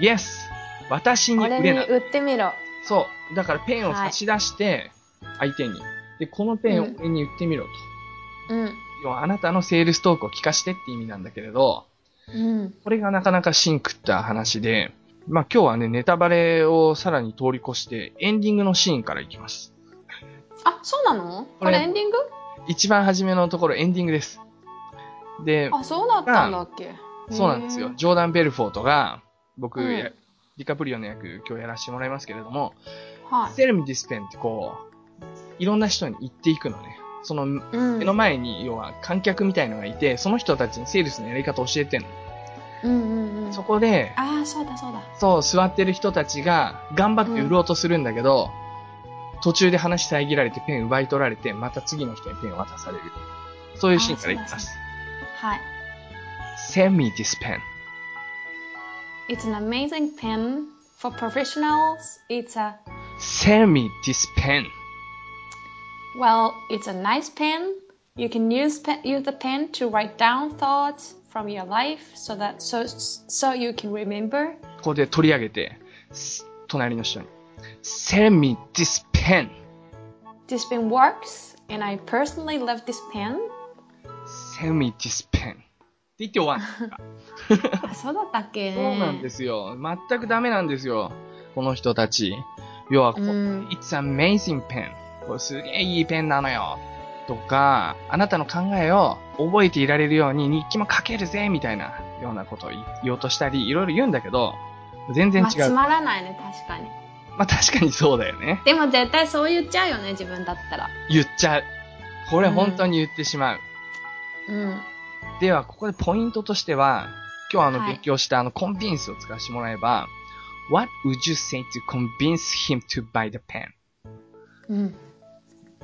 C: Yes! 私に
A: 俺
C: 売
A: に
C: れな。
A: 売ってみろ。
C: そう。だからペンを差し出して、相手に。で、このペンを
A: うん
C: 俺に言ってみろと。
A: うん。
C: 要はあなたのセールストークを聞かしてって意味なんだけれど、
A: うん。
C: これがなかなかシンクった話で、まあ今日はね、ネタバレをさらに通り越して、エンディングのシーンからいきます。
A: あ、そうなの
C: こ
A: こ
C: れ
A: れエンディング
C: 一番初めのところエンディングです。で、
A: あ、そうだったんだっけ
C: そうなんですよ。。ジョーダン・ベルフォートが、僕、
A: うん
C: やディカプリオの役、今日やらせてもらいますけれども、
A: はい。
C: セルミディスペンってこう、いろんな人に言っていくのね。その
A: うん
C: 目の前に、要は観客みたいのがいて、その人たちにセールスのやり方を教えてんの。
A: うんうんうん。
C: そこで、
A: ああ、そうだそうだ。
C: そう、座ってる人たちが頑張って売ろうとするんだけど、途中で話遮られてペン奪い取られて、また次の人にペンを渡される。そういうシーンからいきます。
A: はい。
C: Send me this pen.
A: It's an amazing pen for professionals. It's a,
C: Send me this pen.
A: well, it's a nice pen. You can use, pe- use the pen to write down thoughts from your life so that so so you can remember.
C: ここで取り上げて、s- 隣の人に。Send me this pen.
A: This pen works, and I personally love this pen.
C: Send me this pen. って言って終わんの。
A: あ、そうだったっけ。
C: そうなんですすよ。全くダメなんですよ。この人たち。要はこ、
A: うん
C: It's amazing pen. これすげえいいペンなのよ。とか、あなたの考えを覚えていられるように日記も書けるぜ、みたいなようなことを言言おうとしたり、いろいろ言うんだけど、全然
A: まあ、
C: 違
A: つ
C: う。
A: まらないね、確かに。
C: まあ確かにそうだよね。
A: でも絶対そう言っちゃうよね、自分だったら。
C: 言っちゃう。これ本当に言ってしまう。
A: うん。
C: では、ここでポイントとしては、今日あの
A: はい
C: 勉強したあのコンビンスを使わせてもらえば、What would you say to convince him to buy the pen?
A: うん。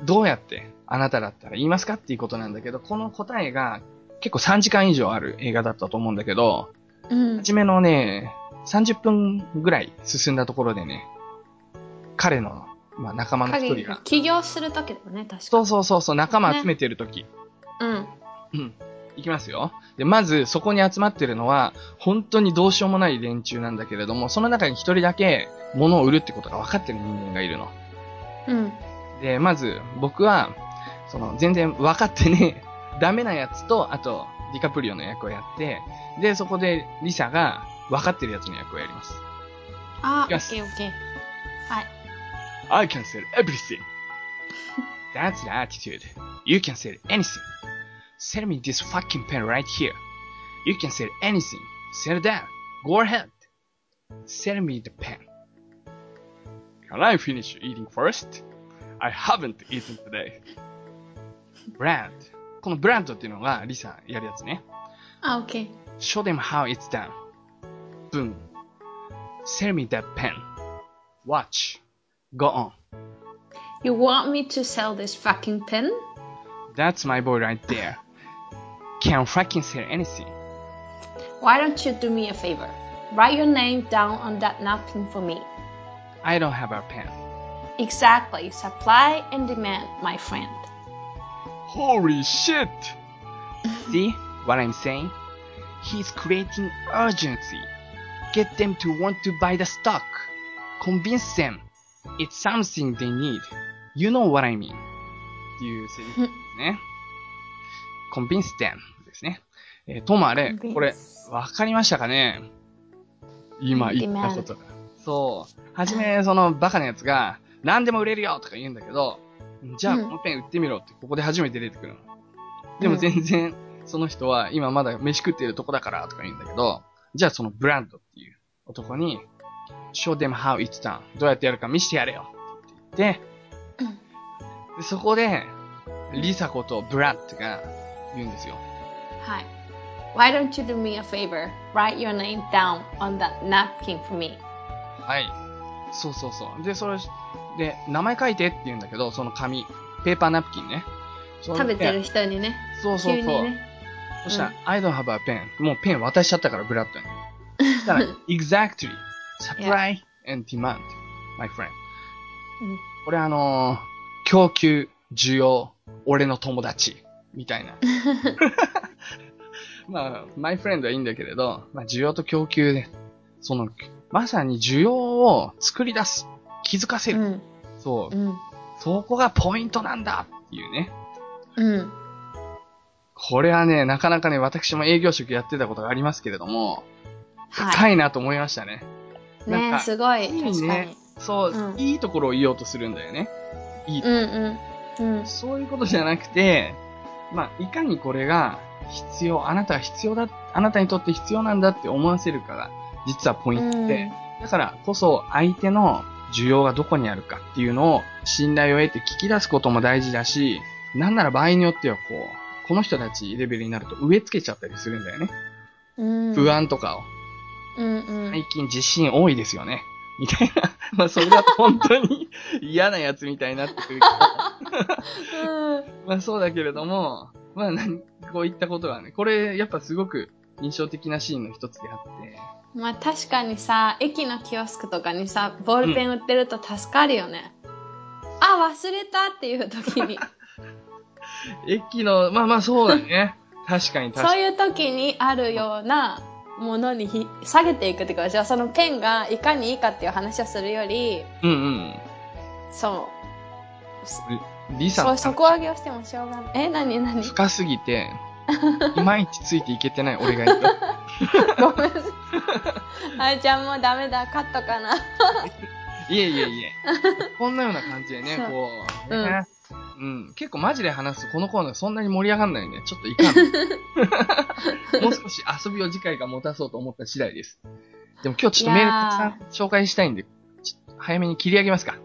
C: どうやってあなただったら言いますかっていうことなんだけど、この答えが結構3時間以上ある映画だったと思うんだけど、
A: うん。
C: 初めのね、30分ぐらい進んだところでね、彼の、まあ、仲間の一
A: 影
C: 人が、
A: 起業するときだよね、確か
C: そ
A: に。
C: うそうそうそう、仲間集めてる時、
A: うん。
C: うん。いきますよ。で、まず、そこに集まってるのは、本当にどうしようもない連中なんだけれども、その中に一人だけ、物を売るってことが分かってる人間がいるの。
A: うん。
C: で、まず、僕は、その、全然分かってねえ、 ダメなやつと、あと、ディカプリオの役をやって、で、そこで、リサが、分かってるやつの役をやります。
A: あ、オ
C: よ
A: ッ
C: し
A: ケーオッケー。はい。
C: I can sell everything. That's the attitude. You can sell anything. Sell me this fucking pen right here. You can sell anything. Sell that. Go ahead. Sell me the pen. Can I finish eating first? I haven't eaten today. Brand. このブランドっていうのがリサやるやつね。
A: あ、オッケー。
C: Show them how it's done. Boom. Sell me that pen. Watch. Go on.
A: You want me to sell this fucking pen?
C: That's my boy right there. Can fucking sell anything.
A: Why don't you do me a favor? Write your name down on that napkin for me.
C: I don't have a pen.
A: Exactly. Supply and demand, my friend.
C: Holy shit! See what I'm saying? He's creating urgency. Get them to want to buy the stock. Convince them. It's something they need. You know what I mean. っていうセリフですね。Convince them ですね。えーともあれ、
A: Convince
C: これ、わかりましたかね今言ったことが。そう。はじめ、そのバカなやつが、何でも売れるよとか言うんだけど、じゃあ
A: うん
C: このペン売ってみろって、ここで初めて出てくるの。でも全然、その人は、今まだ飯食ってるとこだからとか言うんだけど、じゃあそのブランドっていう男に、show them how it's done. どうやってやるか見せてやれよって言って、でそこで、リサ子とブラッドが言うんですよ。
A: はい。Why don't you do me a favor? Write your name down on that napkin for me.
C: はい。そうそうそう。で、それ、で、名前書いてって言うんだけど、その紙、ペーパーナプキンね。その
A: 食べてる人にね。
C: そうそう
A: 急に
C: そう。
A: ね。
C: そしたら、I don't have a pen. もうペン渡しちゃったから、ブラッド に。そしたら、exactly, supply and demand, my friend.
A: うん
C: これあのー供給、需要、俺の友達、みた いな。 まあ、my friend はいいんだけれど、まあ、需要と供給で、その、まさに需要を作り出す。気づかせ
A: う
C: る。
A: ん。
C: そうう。
A: ん。
C: そこがポイントなんだっていうね。
A: うん。
C: これはね、なかなかね、私も営業職やってたことがありますけれども、
A: は
C: 深いなと思いましたね。
A: い。
C: なん
A: ね
C: か
A: すごい。
C: いいね
A: 確かに。
C: そう、
A: うん
C: いいところを言おうとするんだよね。いい、
A: うんうん。うん。
C: そういうことじゃなくて、まあ、いかにこれが必要、あなたは必要だ、あなたにとって必要なんだって思わせるから、実はポイントで、だからこそ相手の需要がどこにあるかっていうのを信頼を得て聞き出すことも大事だし、なんなら場合によってはこう、この人たちレベルになると植え付けちゃったりするんだよね。
A: うん。
C: 不安とかを。
A: うんうん。
C: 最近自信多いですよね。 みたいな。まあ、それだと本当に嫌なやつみたいになってくるけど。
A: うん
C: まあ、そうだけれども、まあ、何、こういったことはね、これ、やっぱすごく印象的なシーンの一つであって。
A: まあ確かにさ、駅のキオスクとかにさ、ボールペン売ってると助かるよね。あ、忘れたっていう時 に。
C: 駅の、まあまあ、そうだね。確かに確
A: そ
C: か
A: う
C: に。
A: いう時にあるようなものにひ下げていくってことじゃあそのペンがいかにいいかっていう話をするより
C: うんうん。
A: そう
C: リサ
A: そう
C: の
A: 底上げをしてもしょうがないえ何何
C: 深すぎて、いまいちついていけてない俺がい た。
A: ごめんなさいあいちゃんもうダメだカットかない
C: えいえいえ。こんなような感じでね
A: そ、う
C: こう、ねうん。結構マジで話すとこのコーナーそんなに盛り上がんないんで、ちょっといかん。 もう少し遊びを次回が持たそうと思った次第です。でも今日ちょっとメールたくさん紹介したいんで、ちょっと早めに切り上げますか。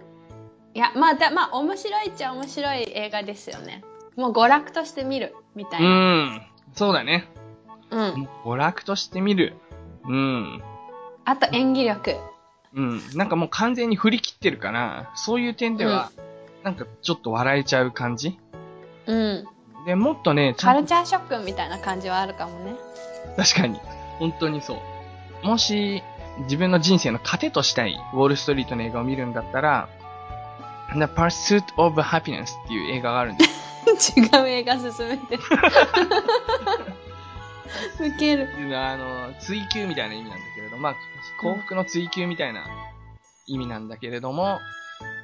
A: いやまあだまあ面白いっちゃ面白い映画ですよねもう娯楽として見るみたいうな、
C: ん。そうだね。
A: うん、
C: 娯楽として見る。うん。
A: あと演技力
C: うん。なんかもう完全に振り切ってるから、そういう点では、なんかちょっと笑えちゃう感じ。
A: うん
C: で、もっとね、ち
A: カ
C: ゃん
A: ル
C: と
A: チャーショックみたいな感じはあるかもね
C: 確かに。本当にそう。もし、自分の人生の糧としたい、ウォールストリートの映画を見るんだったら、The Pursuit of Happiness っていう映画があるんです。
A: 違う映画進めてるウケる
C: っていうのは、あの、追求みたいな意味なんだけれど、まあ、幸福の追求みたいな意味なんだけれども、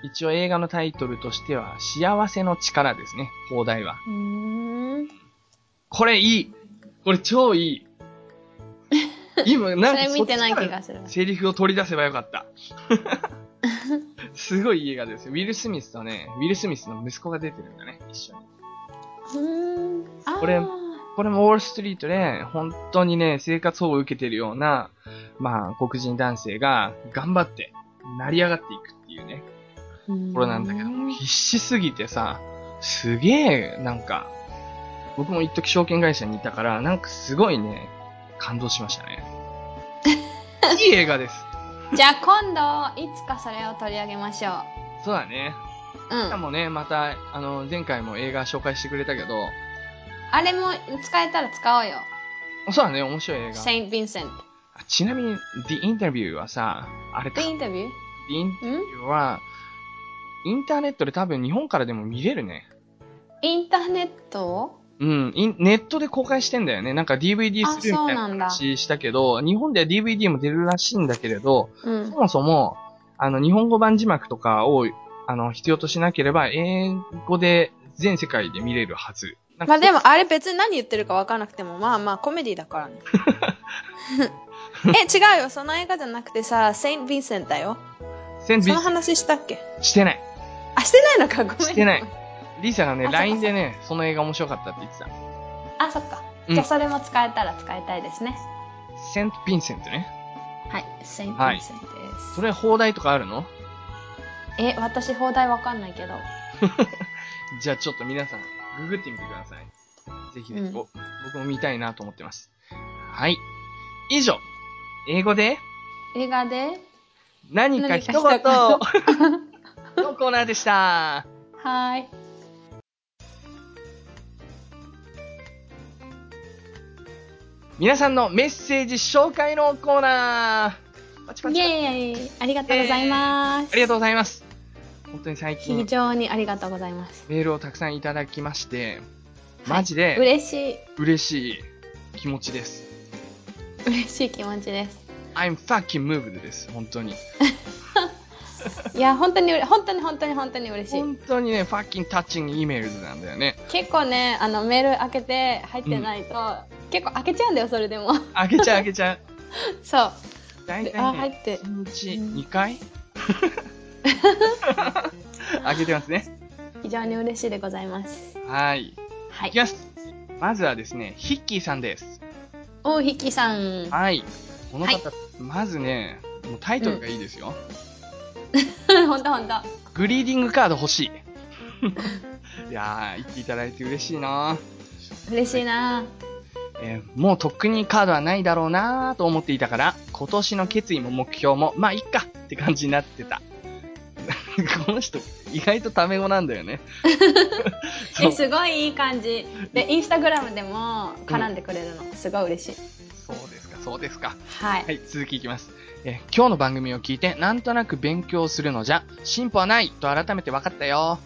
C: 一応映画のタイトルとしては、幸せの力ですね、放題は。
A: うーん
C: これいいこれ超い い今、な
A: そ
C: んか
A: れ見てない気が
C: す
A: する
C: る。セリフを取り出せばよ かった。すごいいい映画ですよ。ウィル・スミスとね、ウィル・スミスの息子が出てるんだね、一緒に。
A: うーんあー
C: これこれもウォールストリートで、本当にね、生活保護を受けてるような、まあ、黒人男性が頑張って、成り上がっていくっていうね、これなんだけど、
A: う
C: 必死すぎてさ、すげえ、なんか、僕も一時証券会社にいたから、なんかすごいね、感動しました ね。いい映画です。
A: ーんじゃあ今度いつかそれを取り上げましょう
C: そうだね。
A: う
C: しか
A: ん
C: もね、また、あの、前回も映画紹介してくれたけど、
A: あれも使えたら使おうよ
C: そうだね、面白い映画。
A: セイン・ヴィンセント
C: あちなみに、The Interview はさ、あれか。
A: でインタビュー
C: The Interview は、インターネットで多分日本からでも見れるね。
A: インターネット
C: うん、インネットで公開してんだよね。なんか DVD
A: あ
C: するみた
A: そ
C: いな
A: うなんだ
C: 話したけど、日本では DVD も出るらしいんだけれど、
A: うん
C: そもそも、あの、日本語版字幕とかを、あの、必要としなければ、英語で全世界で見れるはずなん
A: ま
C: か
A: あでも、あれ別に何言ってるか分からなくても、まあまあコメディだ からね。え、違うよ。その映画じゃなくてさ、セイン・ヴィンセントだよ。
C: セン
A: そ
C: ビ
A: の話したっけ
C: してない。
A: あ、してないのかごめん。
C: し てない。リサがね、
A: あそっか
C: LINE でね、その映画面白かったって言ってた。
A: あ、そっか。
C: うん
A: じゃあそれも使えたら使いたいですね。
C: セント・ヴィンセントね。
A: はい。セイン・ヴ
C: は
A: ィ
C: い
A: ンセントで
C: それ、放題とかあるの
A: す。え、私、放題分かんないけど。
C: じゃあちょっと皆さん、ググってみてください。ぜひぜひ、
D: うん
C: ぼ僕も見たいなと思ってます。はい。以上、英語で
A: 映画で
C: 何か一言
A: 何か
C: のコーナーでした。
A: はーい。
C: 皆さんのメッセージ紹介のコーナーパチパ
A: イ
C: チパチ
A: ェーイありがとうございます。
C: ありがとうございます。本当に最近
A: 非、常にありがとうございます。
C: メールをたくさんいただきまして、マジで
A: 嬉しい、
C: 嬉しい気持ちです。
A: 嬉しい気持ちです。
C: I'm fucking moved です、本当に。
A: いや、本当にうれ、本当に本当に本当に嬉しい。
C: 本当にね、fucking touching emails なんだよね。
A: 結構ね、あの、メール開けて入ってないと、結構開けちゃうんだよ、それで も。
C: あげちゃうあげちゃう。
A: そう。
C: 大体、ね、
A: あ入って
C: 1日2回あげてますね。
A: 非常に嬉しいでございます。
C: はい。
A: はい
C: いき。ます。まずはですね、ヒッキーさんです。
A: 大引きさん。
C: はい。この方、
A: はい
C: まずね、もうタイトルがいいですよ。
A: 本当本当。
C: グリーディングカード欲しい。 いやー、言っていただいて嬉しいな
A: 嬉しいな
C: えーもうとっくにカードはないだろうなーと思っていたから、今年の決意も目標も、まあ、いっかって感じになってた。 この人、意外とタメ語なんだよね。そ
A: え
C: う
A: すごいいい感じでインスタグラムでも絡んでくれるの、すごい嬉しい
C: そうですか、そうですか。
A: はい、
C: はい、続きいきます。えー今日の番組を聞いて、なんとなく勉強するのじゃ、進歩はないと改めて分かったよ。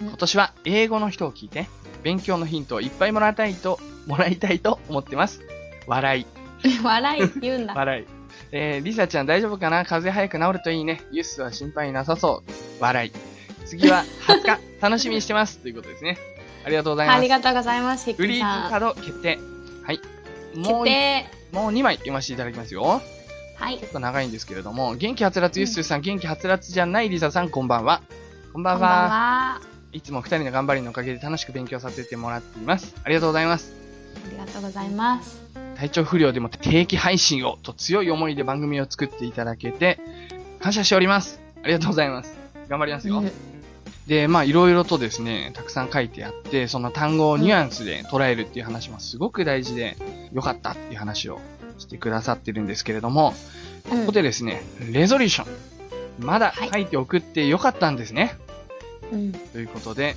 A: うん
C: 今年は英語の人を聞いて、勉強のヒントをいっぱいもらいたいと、もらいたいと思ってます。笑い、
A: 笑い言 うんだ
C: 笑い。えー、リサちゃん大丈夫かな風邪早く治るといいね。ユースは心配なさそう。笑い。次は20日、 楽しみにしてます。ということですね。ありがとうございます。
A: ありがとうございますひっ
C: グリ
A: き
C: ーディングカ
A: さ
C: ード決定。はい。
A: ん
C: も
A: 決
C: うい、
A: 定
C: もう2枚読ませていただきますよ。
A: はい
C: ちょっと長いんですけれども、元気はつらつゆっすーさん、元気はつらつじゃないりささん、こんばんは。こんば
A: こ
C: ん
A: んばん
C: は。
A: はい
C: つも二人の頑張りのおかげで楽しく勉強させてもらっています。ありがとうございます。
A: ありがとうございます
C: 体調不良でも定期配信をと強い思いで番組を作っていただけて、感謝しております。ありがとうございます。頑張りますよ。
A: うん
C: で、まあ、いろいろとですね、たくさん書いてあって、その単語をニュアンスで捉えるっていう話もすごく大事で、良かったっていう話をしてくださってるんですけれども、
A: うん
C: ここでですね、レゾリューション。まだ
A: はい
C: 書いて送ってよかったんですね。
A: うん
C: ということで、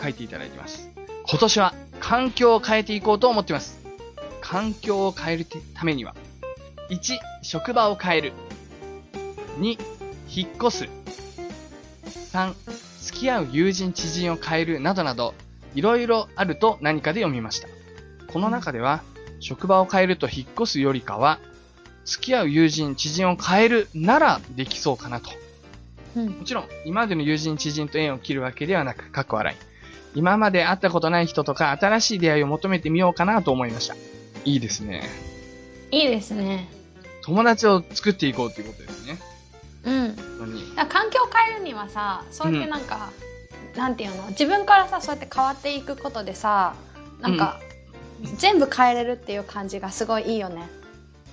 C: 書いていただいてます。今年は環境を変えていこうと思っています。環境を変えるためには、1、職場を変える。2、引っ越す。3、付き合う友人知人を変えるなどなど、いろいろあると何かで読みました。この中では、職場を変えると引っ越すよりかは、付き合う友人知人を変えるならできそうかなと。
A: うん
C: もちろん、今までの友人、知人と縁を切るわけではなく、過去笑い。今まで会ったことない人とか、新しい出会いを求めてみようかなと思いました。いいですね。
A: いいですね
C: 友達を作っていこうっていうことですね。
A: うん
C: 本当に。
A: だから環境を変えるにはさそうやってなんか、なんていうの自分からさそうやって変わっていくことでさなんか、全部変えれるっていう感じがすごいいいよね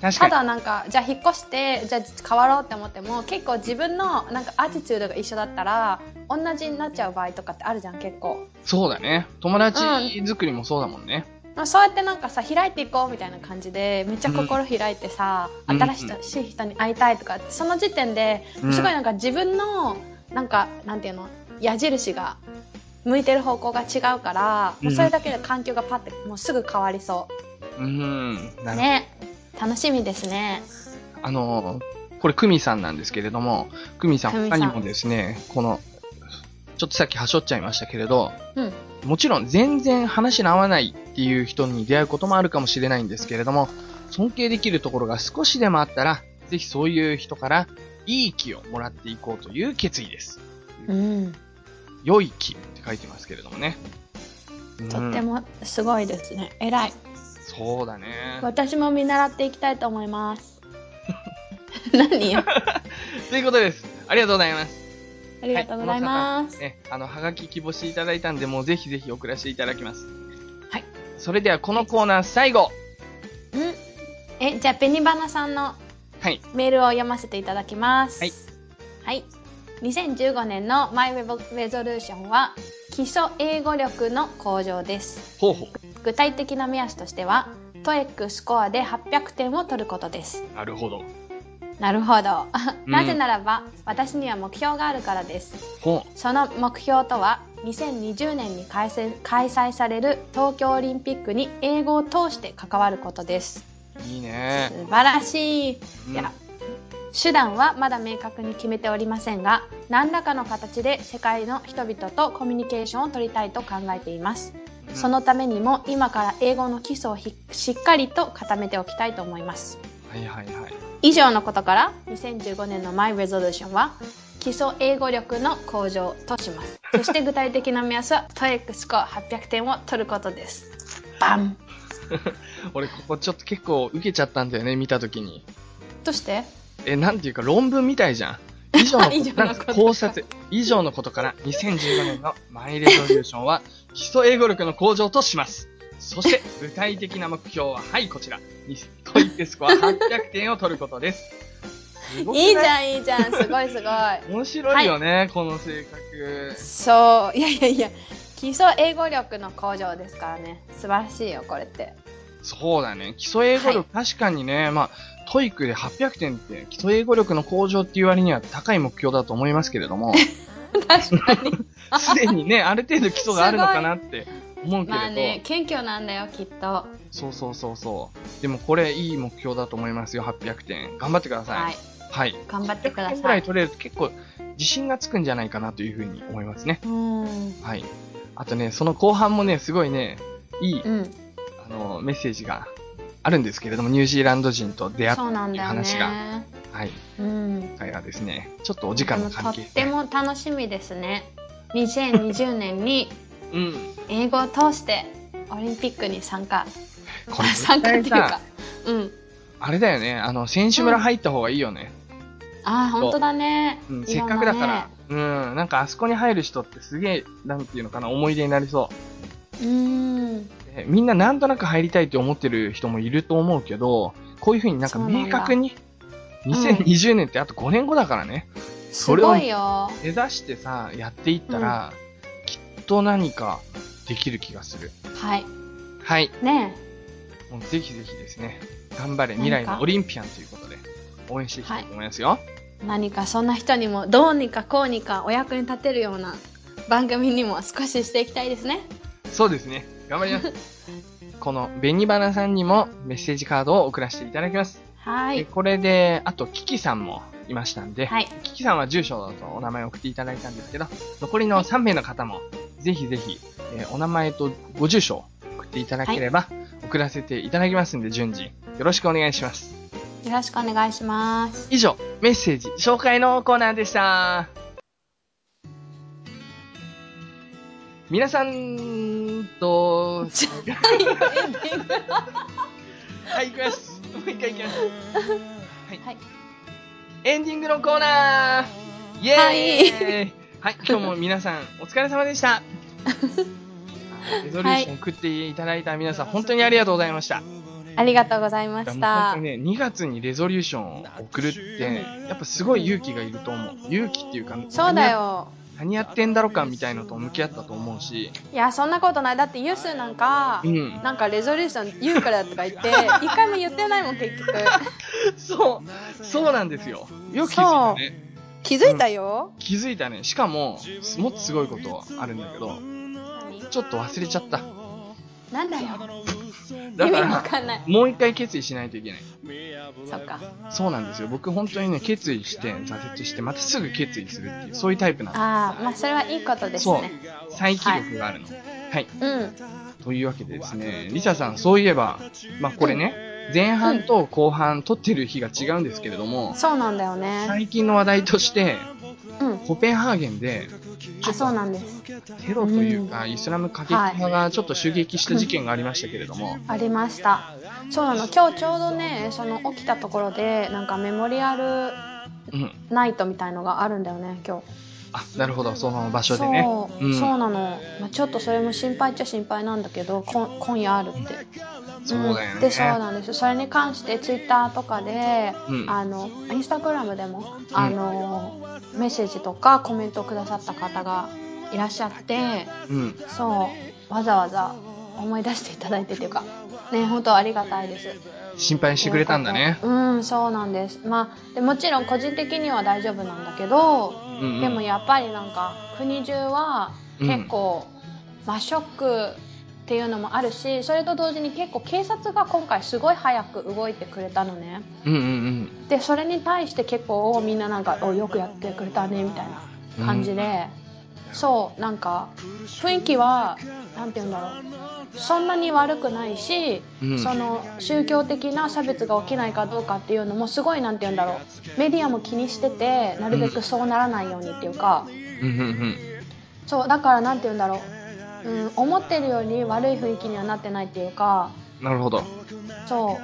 C: 確か
A: た
C: に。
A: だなんかじゃあ引っ越してじゃあ変わろうって思っても結構自分のなんかアティチュードが一緒だったら同じになっちゃう場合とかってあるじゃん結構、
C: そうだね。友達作りもそうだもんね。
A: まあ、そうやってなんかさ開いていこうみたいな感じでめっちゃ心開いてさ、
C: うん
A: 新しいしい人に会いたいとかその時点で
C: うん
A: すごいなんか自分のなんかなんていうの矢印が向いてる方向が違うから、もうそれだけで環境がパッてもうすぐ変わりそう
C: ーん。な
A: う
C: るほど。
A: ね楽しみですね
C: あの、これ、クミさんなんですけれども、クミさん
A: クミ
C: 他
A: さん
C: にもですね、この、ちょっとさっきはしょっちゃいましたけれど、
A: うん
C: もちろん全然話の合わないっていう人に出会うこともあるかもしれないんですけれども、尊敬できるところが少しでもあったら、ぜひそういう人からいい気をもらっていこうという決意です。
A: うん
C: 良い気って書いてますけれどもね。うん
A: とってもすごいですね。偉い。
C: そうだね。
A: 私も見習っていきたいと思い ます。何よ。
C: ということです。ありがとうございます。
A: ありがとうございます。
C: ね、あの、はがき希望していただいたんで、もうぜひぜひ送らせていただきます。
A: はい。
C: それではこのコーナー最後。
A: うん。え、じゃあ、紅花さんの
C: はい。
A: メールを読ませていただきます。
C: はい。
A: はい。2015年のマイレボレゾルーションは基礎英語力の向上です。
C: ほうほう。
A: 具体的な目安としては、トエックスコアで800点を取ることです。
C: なるほど。
A: なるほど。
C: うん
A: なぜならば、私には目標があるからです。
C: ほ
A: その目標とは、2020年に開催開催される東京オリンピックに英語を通して関わることです。
C: う。いいね。
A: 素晴らしい。
C: うん
A: いや手段はまだ明確に決めておりませんが何らかの形で世界の人々とコミュニケーションを取りたいと考えています、
C: うん
A: そのためにも今から英語の基礎をひしっかりと固めておきたいと思います
C: はいはいはい。
A: 以上のことから2015年の My Resolution は基礎英語力の向上としますそして具体的な目安は TOEIC スコア800点を取ることですバン
C: 俺ここちょっと結構受けちゃったんだよね、見たときに。
A: どうして
C: え、なんていうか論文みたいじゃ ん。以上の
A: 以上のこと
C: なんか考察、以上のことから2015年のマイレゾリューションは基礎英語力の向上とします。そして具体的な目標は、はい、こちら。トイックスコア800点を取ることです。すごくない
A: いじゃんいいじゃんすごいすごい
C: 面白いよね、この性格。
A: そういやいやいや基礎英語力の向上ですからね素晴らしいよこれって
C: そうだね。基礎英語力、確かにね、まあ、トイックで800点って、基礎英語力の向上っていう割には高い目標だと思いますけれども、
A: 確かに
C: すでにね、ある程度基礎があるのかなって思うけれど、
A: まあね謙虚なんだよきっとは
C: そうそうそうそう。でもこれ、いい目標だと思いますよ、800点。頑張ってください。
A: い
C: はい。
A: 頑張ってくだ
C: 800点ぐら
A: さい
C: い取れると結構、自信がつくんじゃないかなというふうに思いますね。
A: うん
C: はい。あとね、その後半もね、すごいね、いい、
A: うん
C: あの、メッセージがあるんですけれども、ニュージーランド人と出会った
A: そうなんだよ
C: 話が、
A: ね
C: はい、
A: うん
C: 今回はですね、ちょっとお時
A: で
C: 間の
A: もと
C: 関
A: っ
C: 係
A: ても楽しみですね2020年に
C: うん。
A: 英語を通してオリンピックに参加
C: これ
A: 参
C: 絶
A: 加って
C: 対
A: いう
C: さ
A: か、うん
C: あれだよね、あの、選手村入った方がいいよね。
A: ああ本当だね、
C: うん、
A: い
C: せっ
A: ろんな
C: か
A: ね
C: くだから、うん、なんかあそこに入る人ってすげえ、なんていうのかな、思い出になりそ
A: うん
C: う。でみんななんとなく入りたいって思ってる人もいると思うけど、こういうふうになんか
A: そうなん
C: 明
A: だ
C: 確に、
A: ん
C: 2020年ってあと5年後だからね、
A: す
C: それを
A: ごいよ
C: 目指してさ、やっていったら、きっと何かできる気がする。
A: はい
C: はい。
A: ねえ
C: もうぜひぜひですね、頑張れ、
A: なん
C: 未
A: か
C: 来のオリンピアンということで、応援していきたいと思いますよ。
A: 何かそんな人にもどうにかこうにかお役に立てるような番組にも少ししていきたいですね
C: そうですね、頑張り ます。この、紅花さんにもメッセージカードを送らせていただきます。
A: は
C: え
A: い
C: これで、あと、キキさんもいましたんで、
A: はい
C: キキさんは住所とお名前を送っていただいたんですけど、残りの3名の方も、ぜひぜひ、えーお名前とご住所を送っていただければ、送らせていただきますんで、順次、よろしくお願いします。
A: よろしくお願いします
C: 以上、メッセージ紹介のコーナーでした。皆さんと、はい、行きます。もう一回行きます。はい。
A: はい
C: エンディングのコーナーイエーイはい、今日も皆さん、お疲れ様でした。レゾリューション食っていただいた皆さん、本当にありがとうございました。
A: ありがとうございま
C: いや
A: し
C: もう本
A: た
C: 当にね、2月にレゾリューションを送るって、やっぱすごい勇気がいると思う。勇気っていうか、
A: そうだよ
C: 何や。何やってんだろかみたいのと向き合ったと思うし、
A: いやそんなことないだってユースなんか、
C: うん
A: なんかレゾリューション言うからとか言って 一回も言ってないもん結局
C: そう、そうなんですよ。よく気づ
A: 気づい
C: いたね。
A: たよ、
C: 気づいたね。しかも、もっとすごいことあるんだけど、ちょっと忘れちゃった。
A: なんだよ
C: だ
A: 意
C: か、
A: 味わからんない
C: もう一回決意しないといけない。
A: そっか
C: そうなんですよ。僕本当にね、決意して、挫折して、またすぐ決意するっていう、そういうタイプなんで
A: ああまあそれはいいことです
C: そう
A: ね。
C: 再起力があるの。はい。
A: うん
C: というわけでですね、リサさん、そういえば、まあこれね、前半と後半撮ってる日が違うんですけれども、
A: そうなんだよね
C: 最近の話題として、
A: うん。
C: コペンハーゲンで
A: あ、そうなんです。
C: テロというか、イスラム過激派がちょっと襲撃した事件がありましたけれども、
A: ありました。そうなの。今日ちょうどね、その起きたところで、なんかメモリアル
C: うん。
A: ナイトみたいのがあるんだよね、今日。
C: あ、なるほど、その場所でね。
A: そう、
C: うん
A: そうなの、まあ、ちょっとそれも心配っちゃ心配なんだけどこん今夜あるって
C: そうだよね
A: でそうなんですよそれに関してツイッターとかで、
C: うん
A: あのインスタグラムでも、あのメッセージとかコメントをくださった方がいらっしゃって
C: うん。
A: そうわざわざ思い出していただいてっていうかね本当ありがたいです
C: 心配してくれたんだね。
A: うんそうなんですまあでもちろん個人的には大丈夫なんだけど
C: うん、うん。
A: でもやっぱりなんか国中は結構、まあショックっていうのもあるしそれと同時に結構警察が今回すごい早く動いてくれたのね
C: うんうん
A: でそれに対して結構みんななんか「およくやってくれたね」みたいな感じで、そうなんか雰囲気はなんて言うんだろうそんなに悪くないし、
C: うん
A: その宗教的な差別が起きないかどうかっていうのもすごいなんて言うんだろうメディアも気にしててなるべくそうならないようにっていうか、
C: うん。うんうん
A: そうだからなんて言うんだろう、うん、思ってるより悪い雰囲気にはなってないっていうか
C: うん。なるほど。
A: そ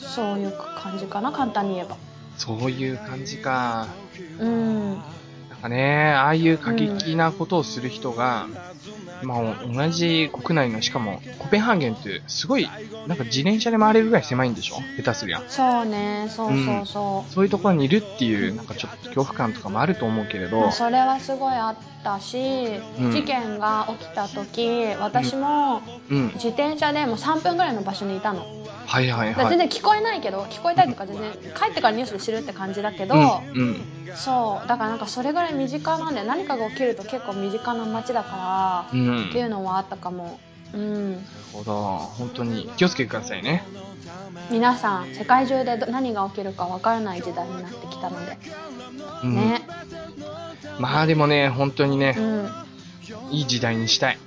A: うそういう感じかな簡単に言えば
C: そういう感じか。
A: うん
C: なんかね、ああいう過激なことをする人が、まあ同じ国内の、しかもコペンハーゲンってすごい、なんか自転車で回れるぐらい狭いんでしょ下手すりゃ。
A: そうねそうそうそ
C: そういうところにいるっていう、なんかちょっと恐怖感とかもあると思うけれ
A: う、ま
C: ど
A: あ、それはすごいあったし、
C: うん
A: 事件が起きた時私も
C: うん。
A: 自転車でもう3分ぐらいの場所にいたの、
C: はいはい
A: だから
C: は
A: 全
C: い。
A: 然聞こえないけど聞こえたりとか全然帰ってからニュースで知るって感じだけど、
C: うん、うん。
A: そうだからなんかそれぐらい身近なんで何かが起きると結構身近な街だから、
C: うん。
A: ってい
C: なる
A: うのはあったかも。うん、
C: ほど。本当に気をつけてくださいね。
A: 皆さん世界中でど何が起きるかわからない時代になってきたので
C: うん。
A: ね、
C: まあでもね、本当
A: う
C: にね、
A: ん、
C: いい時代にしたい。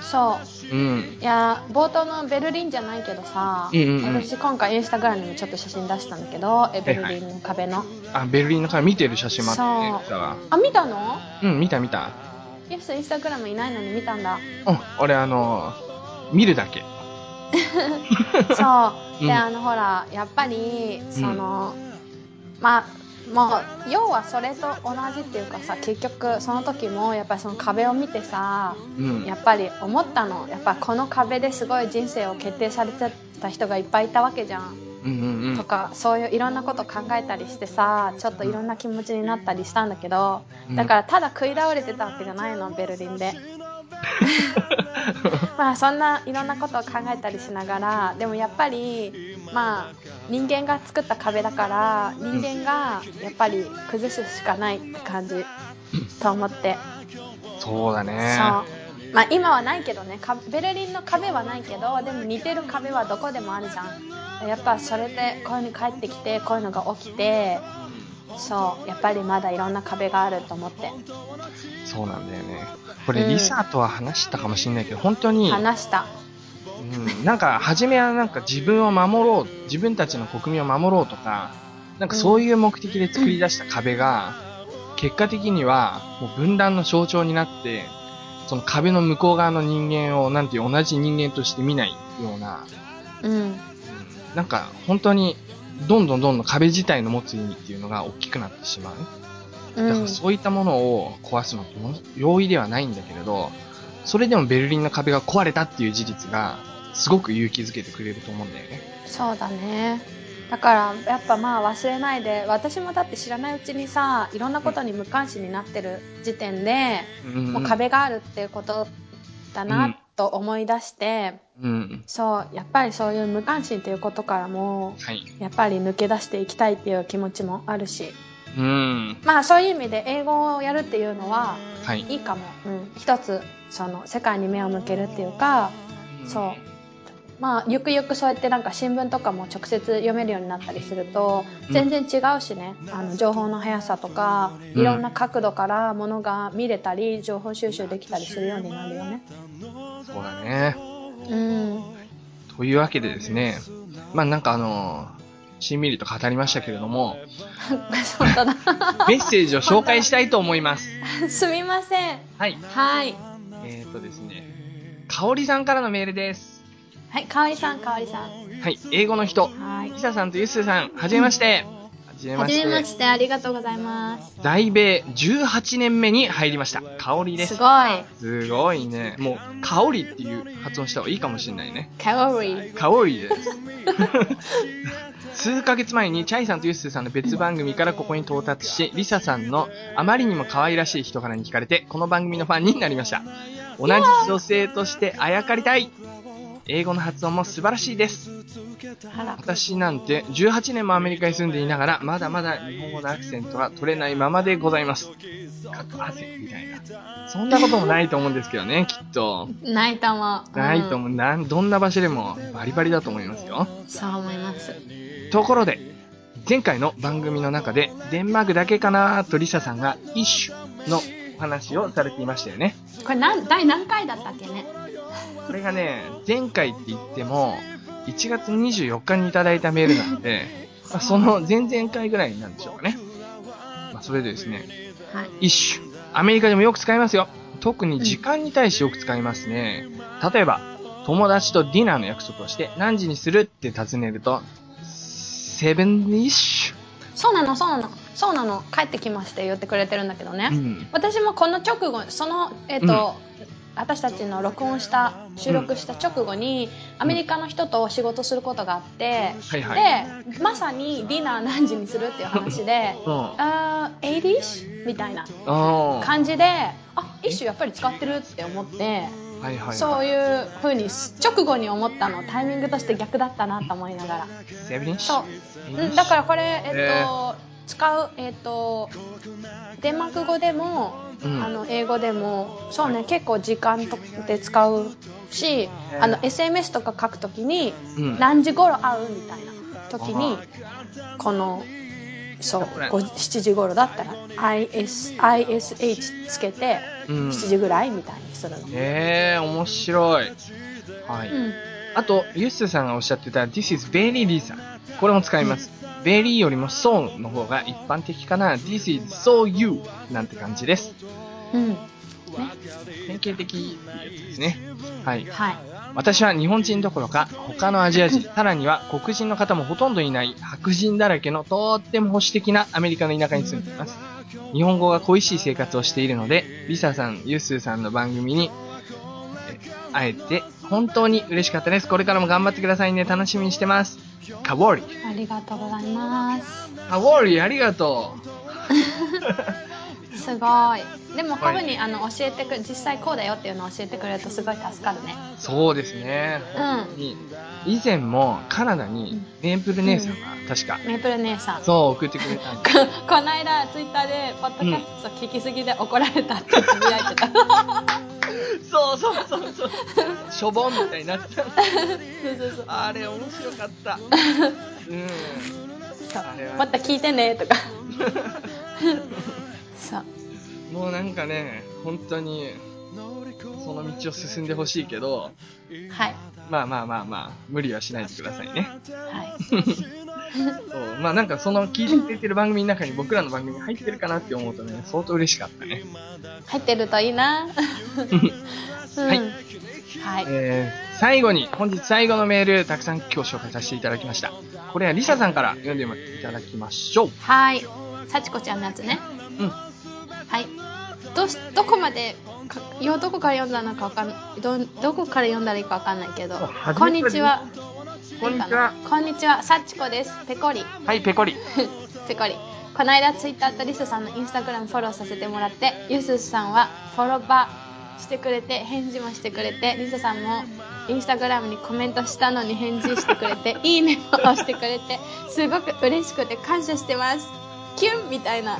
A: そう
C: うん。
A: いや冒頭のベルリンじゃないけどさ、
C: うんうんうん
A: 私今回インスタグラムにもちょっと写真出したんだけどえベルリンの壁の、
C: あ、ベルリンのから見てる写真もあってね
A: そう、
C: だわ。
A: あ見たの
C: うん、見た見た。
A: ユースインスタグラムいないのに見たんだ
C: うん、俺あの、見るだけ。
A: そう、
C: うん
A: であのほらやっぱりその、まあもう要はそれと同じっていうかさ結局その時もやっぱりその壁を見てさ
C: うん。
A: やっぱり思ったのやっぱこの壁ですごい人生を決定されちゃった人がいっぱいいたわけじゃん、
C: うんうんうん
A: と。かそういういろんなこと考えたりしてさちょっといろんな気持ちになったりしたんだけど、
C: うん
A: だからただ食い倒れてたわけじゃないのベルリン でまあそんないろんなことを考えたりしながらでもやっぱりまあ人間が作った壁だから人間がやっぱり崩すしかないって感じ、と思って。
C: そうだね。
A: そうまあ今はないけどねかベルリンの壁はないけどでも似てる壁はどこでもあるじゃんやっぱそれでこういうの帰ってきてこういうのが起きてそうやっぱりまだいろんな壁があると思って
C: そうなんだよね。これ、
A: うん
C: リサとは話したかもしれないけど、本当に、
A: 話した
C: うん、なんか、初めはなんか自分を守ろう、自分たちの国民を守ろうとか、なんかそういう目的で作り出した壁が、結果的には、もう分断の象徴になって、その壁の向こう側の人間を、なんていう同じ人間として見ないような、
A: うん
C: うんなんか本当に、どんどんどんどん壁自体の持つ意味っていうのが大きくなってしまう。
A: う
C: だから
A: ん
C: そういったものを壊すのってもの容易ではないんだけれど、それでもベルリンの壁が壊れたっていう事実が、すごく勇気づけてくれると思うんだよね。
A: そうだねだからやっぱまあ忘れないで私もだって知らないうちにさいろんなことに無関心になってる時点で、
C: うん
A: もう壁があるっていうことだなと思い出して、
C: うん。
A: そうやっぱりそういう無関心っていうことからも
C: はい。
A: やっぱり抜け出していきたいっていう気持ちもあるし
C: うん。
A: まあそういう意味で英語をやるっていうのは
C: はい。
A: いいかも、うん、一つその世界に目を向けるっていうかそうまあゆくゆくそうやってなんか新聞とかも直接読めるようになったりすると
C: うん
A: 全然違うしね、あの情報の速さとか
C: うん
A: いろんな角度からものが見れたり情報収集できたりするようになるよね。
C: そうだね。
A: うん、
C: というわけでですね、まあなんかあのしんみりと語りましたけれど も、
A: 本当だ。
C: メッセージを紹介したいと思います。
A: すみません。
C: はい。
A: はい。
C: えっ、ー、とですね、かおりさんからのメールです。
A: はい、かおりさん、かおりさん。
C: はい。英語の人、
A: はい
C: リ。サさんとユッスーさん、はじめまして。はじめ
A: は
C: ま
A: じ
C: し
A: めま
C: て。
A: して、ありがとうございます。
C: 在米18年目に入りました。香りですす。
A: ごい。
C: すごいね。もう、香りっていう発音した方がいいかもしれないね。
A: カロリー。
C: 香りです。数ヶ月前にチャイさんとユッスーさんの別番組からここに到達し、リサさんのあまりにも可愛らしい人柄に惹かれて、この番組のファンになりました。同じ女性としてあやかりたい英語の発音も素晴らしいです。
A: あら。
C: 私なんて18年もアメリカに住んでいながらまだまだ日本語のアクセントは取れないままでございます。かっこ汗みたいな。そんなこともないと思うんですけどね、きっと。
A: ないと思う。
C: ないと思
A: う
C: う。なんどんな場所でもバリバリだと思いますよ。
A: ん。そう思います。
C: ところで、前回の番組の中でデンマークだけかなとリサさんが一種のお話をされていましたよね。
A: これなん、第何回だったっけね。
C: これがね、前回って言っても、1月24日にいただいたメールなんで、まあその前々回ぐらいなんでしょうかね。まあ、それでですね、
A: はい。
C: 一種。アメリカでもよく使いますよ。特に時間に対してよく使いますね。例えば、友達とディナーの約束をして、何時にするって尋ねると、セブンイッシ
A: そうなの、そうなの。そうなの。帰ってきまして言ってくれてるんだけどね。
C: ュ。うん。
A: 私もこの直後そのえっ、と、私たちの録音した収録した直後に、アメリカの人と仕事することがあって、
C: はいは
A: でまさにディナー何時にするっていう話で
C: うん。
A: あー 80s みたいな
C: あー
A: 感じであ一種やっぱり使ってるって思って
C: はいはい。
A: そういう風に直後に思ったのタイミングとして逆だったなと思いながら
C: セブンイッシ
A: そ
C: ュ
A: う。うん、だからこれ、えっと
C: え
A: 使う、えっとデンマーク語でも、
C: うん
A: あの英語でもそうね結構時間とで使うし、
C: え
A: あの SMS とか書くときに、
C: うん
A: 何時頃会うみたいな時にこのそう
C: これ
A: ご7時頃だったら IS ISH つけて
C: うん
A: 7時ぐらいみたいにするの。
C: ええ面白い。はい。
A: うん
C: あと、ユッスーさんがおっしゃってた This is very Lisa。これも使います。very よりも so の方が一般的かな。This is so you なんて感じです。
A: うん
C: 典型的なやつですね。はい。
A: はい、
C: 私は日本人どころか、他のアジア人、さらには黒人の方もほとんどいない白人だらけのとっても保守的なアメリカの田舎に住んでいます。日本語が恋しい生活をしているので、リサさん、ユッスーさんの番組にえ会えて本当に嬉しかったです。これからも頑張ってくださいね。楽しみにしてます。カウォリ。
A: ありがとうございます。
C: カウォリありがと
A: すごいでも
C: は
A: ハブ
C: い
A: にあの教えてく実際こうだよっていうのを教えてくれるとすごい助かるね
C: う。そうですね。本当に以前もカナダにメープル姉さんが確か、
A: メープル姉さんこ
C: そう送ってくれたんです。
A: この間ツイッターでポッドキャスト聞きすぎで怒られたってつぶやいてたそう
C: そうそうそう そう。しょぼんみたいになってた。
A: そうそう
C: あれ面白かった。うん。
A: そう
C: あれは
A: また聞いてねとかそう
C: もうなんかね、本当に、その道を進んでほしいけど、
A: はい
C: まあまあまあまあ、無理はしないでくださいね。
A: はい
C: そうまあなんかその聞いてくれてる番組の中に僕らの番組入ってるかなって思うとね、相当嬉しかったね。
A: 入ってるといいな、うん、
C: はい
A: はい
C: えー最後に、本日最後のメール、たくさん今日紹介させていただきました。これはリサさんから読んでいただきましょう。
A: はい幸子ちゃんのやつね
C: うん。
A: はい。どしどこまでかよどこから読んだのかわかんないどどこから読んだらいいかわかんないけど
C: あ初
A: こん
C: め
A: に
C: て
A: ちは
C: こんにちはい
A: いかなこんにちはさちこですペコリ
C: はい、ペコリ。
A: ペコリこの間ツイッターとリスさんのインスタグラムフォローさせてもらってユスさんはフォロバしてくれて返事もしてくれてリスさんもインスタグラムにコメントしたのに返事してくれていいねも押してくれてすごく嬉しくて感謝してますキュンみたいな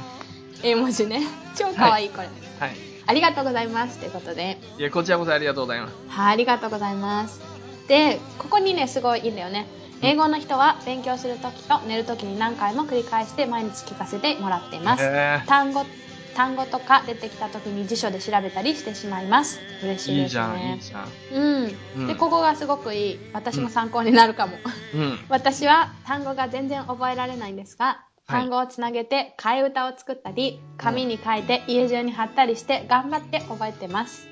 A: 絵文字ね超かわいいこれ、
C: はい。
A: ありがとうございますということで、
C: いや、こちらこそありがとうございます。
A: はい、ありがとうございます。で、ここにね、すごいいいんだよね。英語の人は勉強するときと寝るときに何回も繰り返して毎日聞かせてもらっています。
C: へー
A: 単語、単語とか出てきた時に辞書で調べたりしてしまいます嬉しい
C: いい
A: です
C: じゃん、いい
A: ね
C: じゃん。
A: う
C: うん
A: んでここがすごくいい私も参考になるかも、
C: うん。
A: 私は単語が全然覚えられないんですが
C: はい
A: 単語をつなげて替え歌を作ったり紙に書いて家中に貼ったりして頑張って覚えて ます、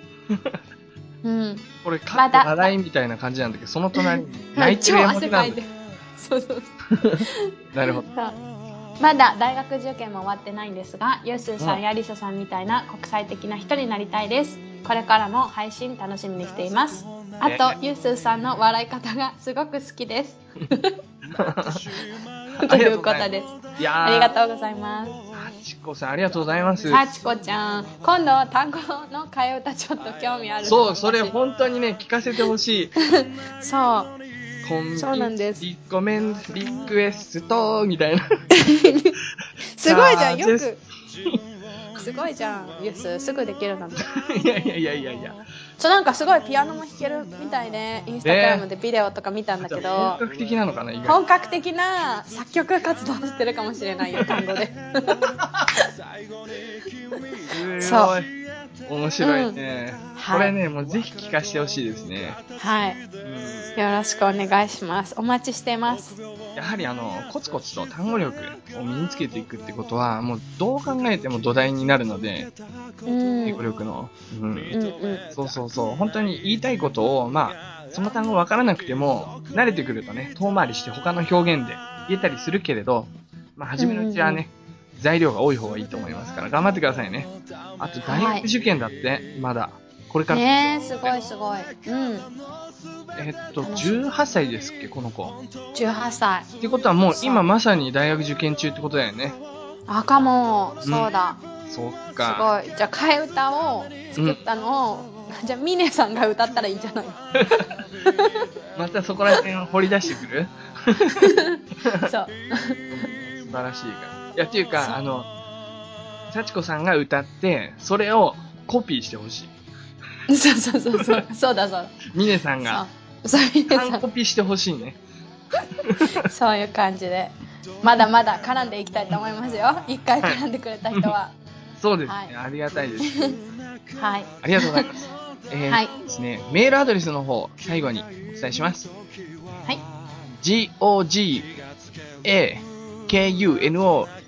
A: うん、
C: これ、カ
A: ま
C: ッコ
A: だ
C: 笑いみたいな感じなんだけど、その隣に泣いてる絵文字な
A: 超汗
C: んだ
A: かいてるそうそう
C: なるほど。
A: そうまだ大学受験も終わってないんですがユースーさ
C: うん
A: んやリサさんみたいな国際的な人になりたいですこれからも配信楽しみにしていますあとユースーさんの笑い方がすごく好き ですということです
C: いや
A: ありが
C: ー、
A: とうございます
C: あちこさん、ありがとうございます。
A: さちこちゃん今度単語の替え歌ちょっと興味ある
C: そう、それ
A: 私
C: 本当にね、聞かせてほしい。
A: そう
C: コンビ
A: そうなんです
C: リコメン、リクエスト、みたいな。
A: すごいじゃんよく
C: あーです
A: すごいじゃんユースすぐできるなんて
C: いやいやいやいやいや。
A: そうなんかすごいピアノも弾けるみたいでインスタグラムでビデオとか見たんだけ
C: じゃあ
A: ど
C: 本格的なのかな、意外
A: 本格的な作曲活動をしてるかもしれないよ単語で
C: と。す
A: そ
C: ご
A: う
C: い。面白いね。
A: はい
C: これね、もうぜひ聞かせてほしいですね。
A: はいよろしくお願いしますお待ちしてます
C: やはりあの、コツコツと単語力を身につけていくってことは、もうどう考えても土台になるので、
A: うんう
C: 英
A: ん
C: 語力の。うん
A: うん
C: そうそうそう、本当に言いたいことを、まあ、その単語わからなくても、慣れてくるとね、遠回りして他の表現で言えたりするけれど、まあ、初めのうちはね、材料が多い方がいいと思いますから、頑張ってくださいね。あと、大学受験だって、まだ。これから、
A: ねえすごいすごいうん
C: えっと、18歳ですっけ、この子。っ
A: 18歳
C: てことはもう、今まさに大学受験中ってことだよね。
A: あかもそうだ、
C: そっ
A: す
C: か。
A: ごいじゃあ替え歌を作ったのを、じゃあミネさんが歌ったらいいんじゃない
C: またそこら辺を掘り出してくる
A: そう
C: 素晴らしいから。いや、っていうか、あの、幸子さんが歌って、それをコピーしてほしい。
A: そうそうそうそうそうだそうだ
C: ミネさんが、
A: そうそうミネさ
C: 完コ
A: ん
C: ピーしてほしいね。
A: そういう感じでまだまだ絡んでいきたいと思いますよ一回絡んでくれた人は
C: そうですね、
A: はい
C: ありがたいです。
A: はい
C: ありがとうございます。えー
A: はい
C: ですね、メールアドレスの方、最後にお伝えします。
A: はい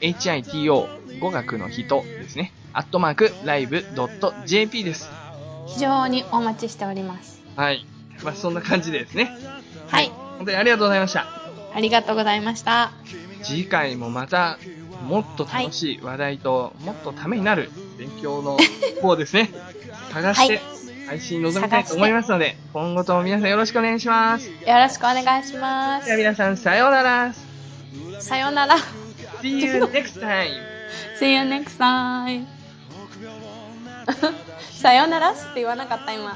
C: g-o-g-a-k-u-n-o-h-i-t-o 語学の人ですね。アットマーク、live.jp です。
A: 非常にお待ちしております
C: はい。まあ、そんな感じでですね。
A: はい
C: 本当にありがとうございました。
A: ありがとうございました
C: 次回もまたもっと楽しい話題と、もっとためになる勉強の方ですね探して配信に臨みたいと思いますので今後とも皆さんよろしくお願いします
A: よろしくお願いしま
C: で
A: す
C: は皆さんさようなら
A: さようなら
C: See you next time
A: See you next time さようならって言わなかった今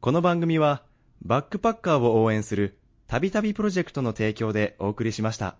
E: この番組は、バックパッカーを応援する、たびたびプロジェクトの提供でお送りしました。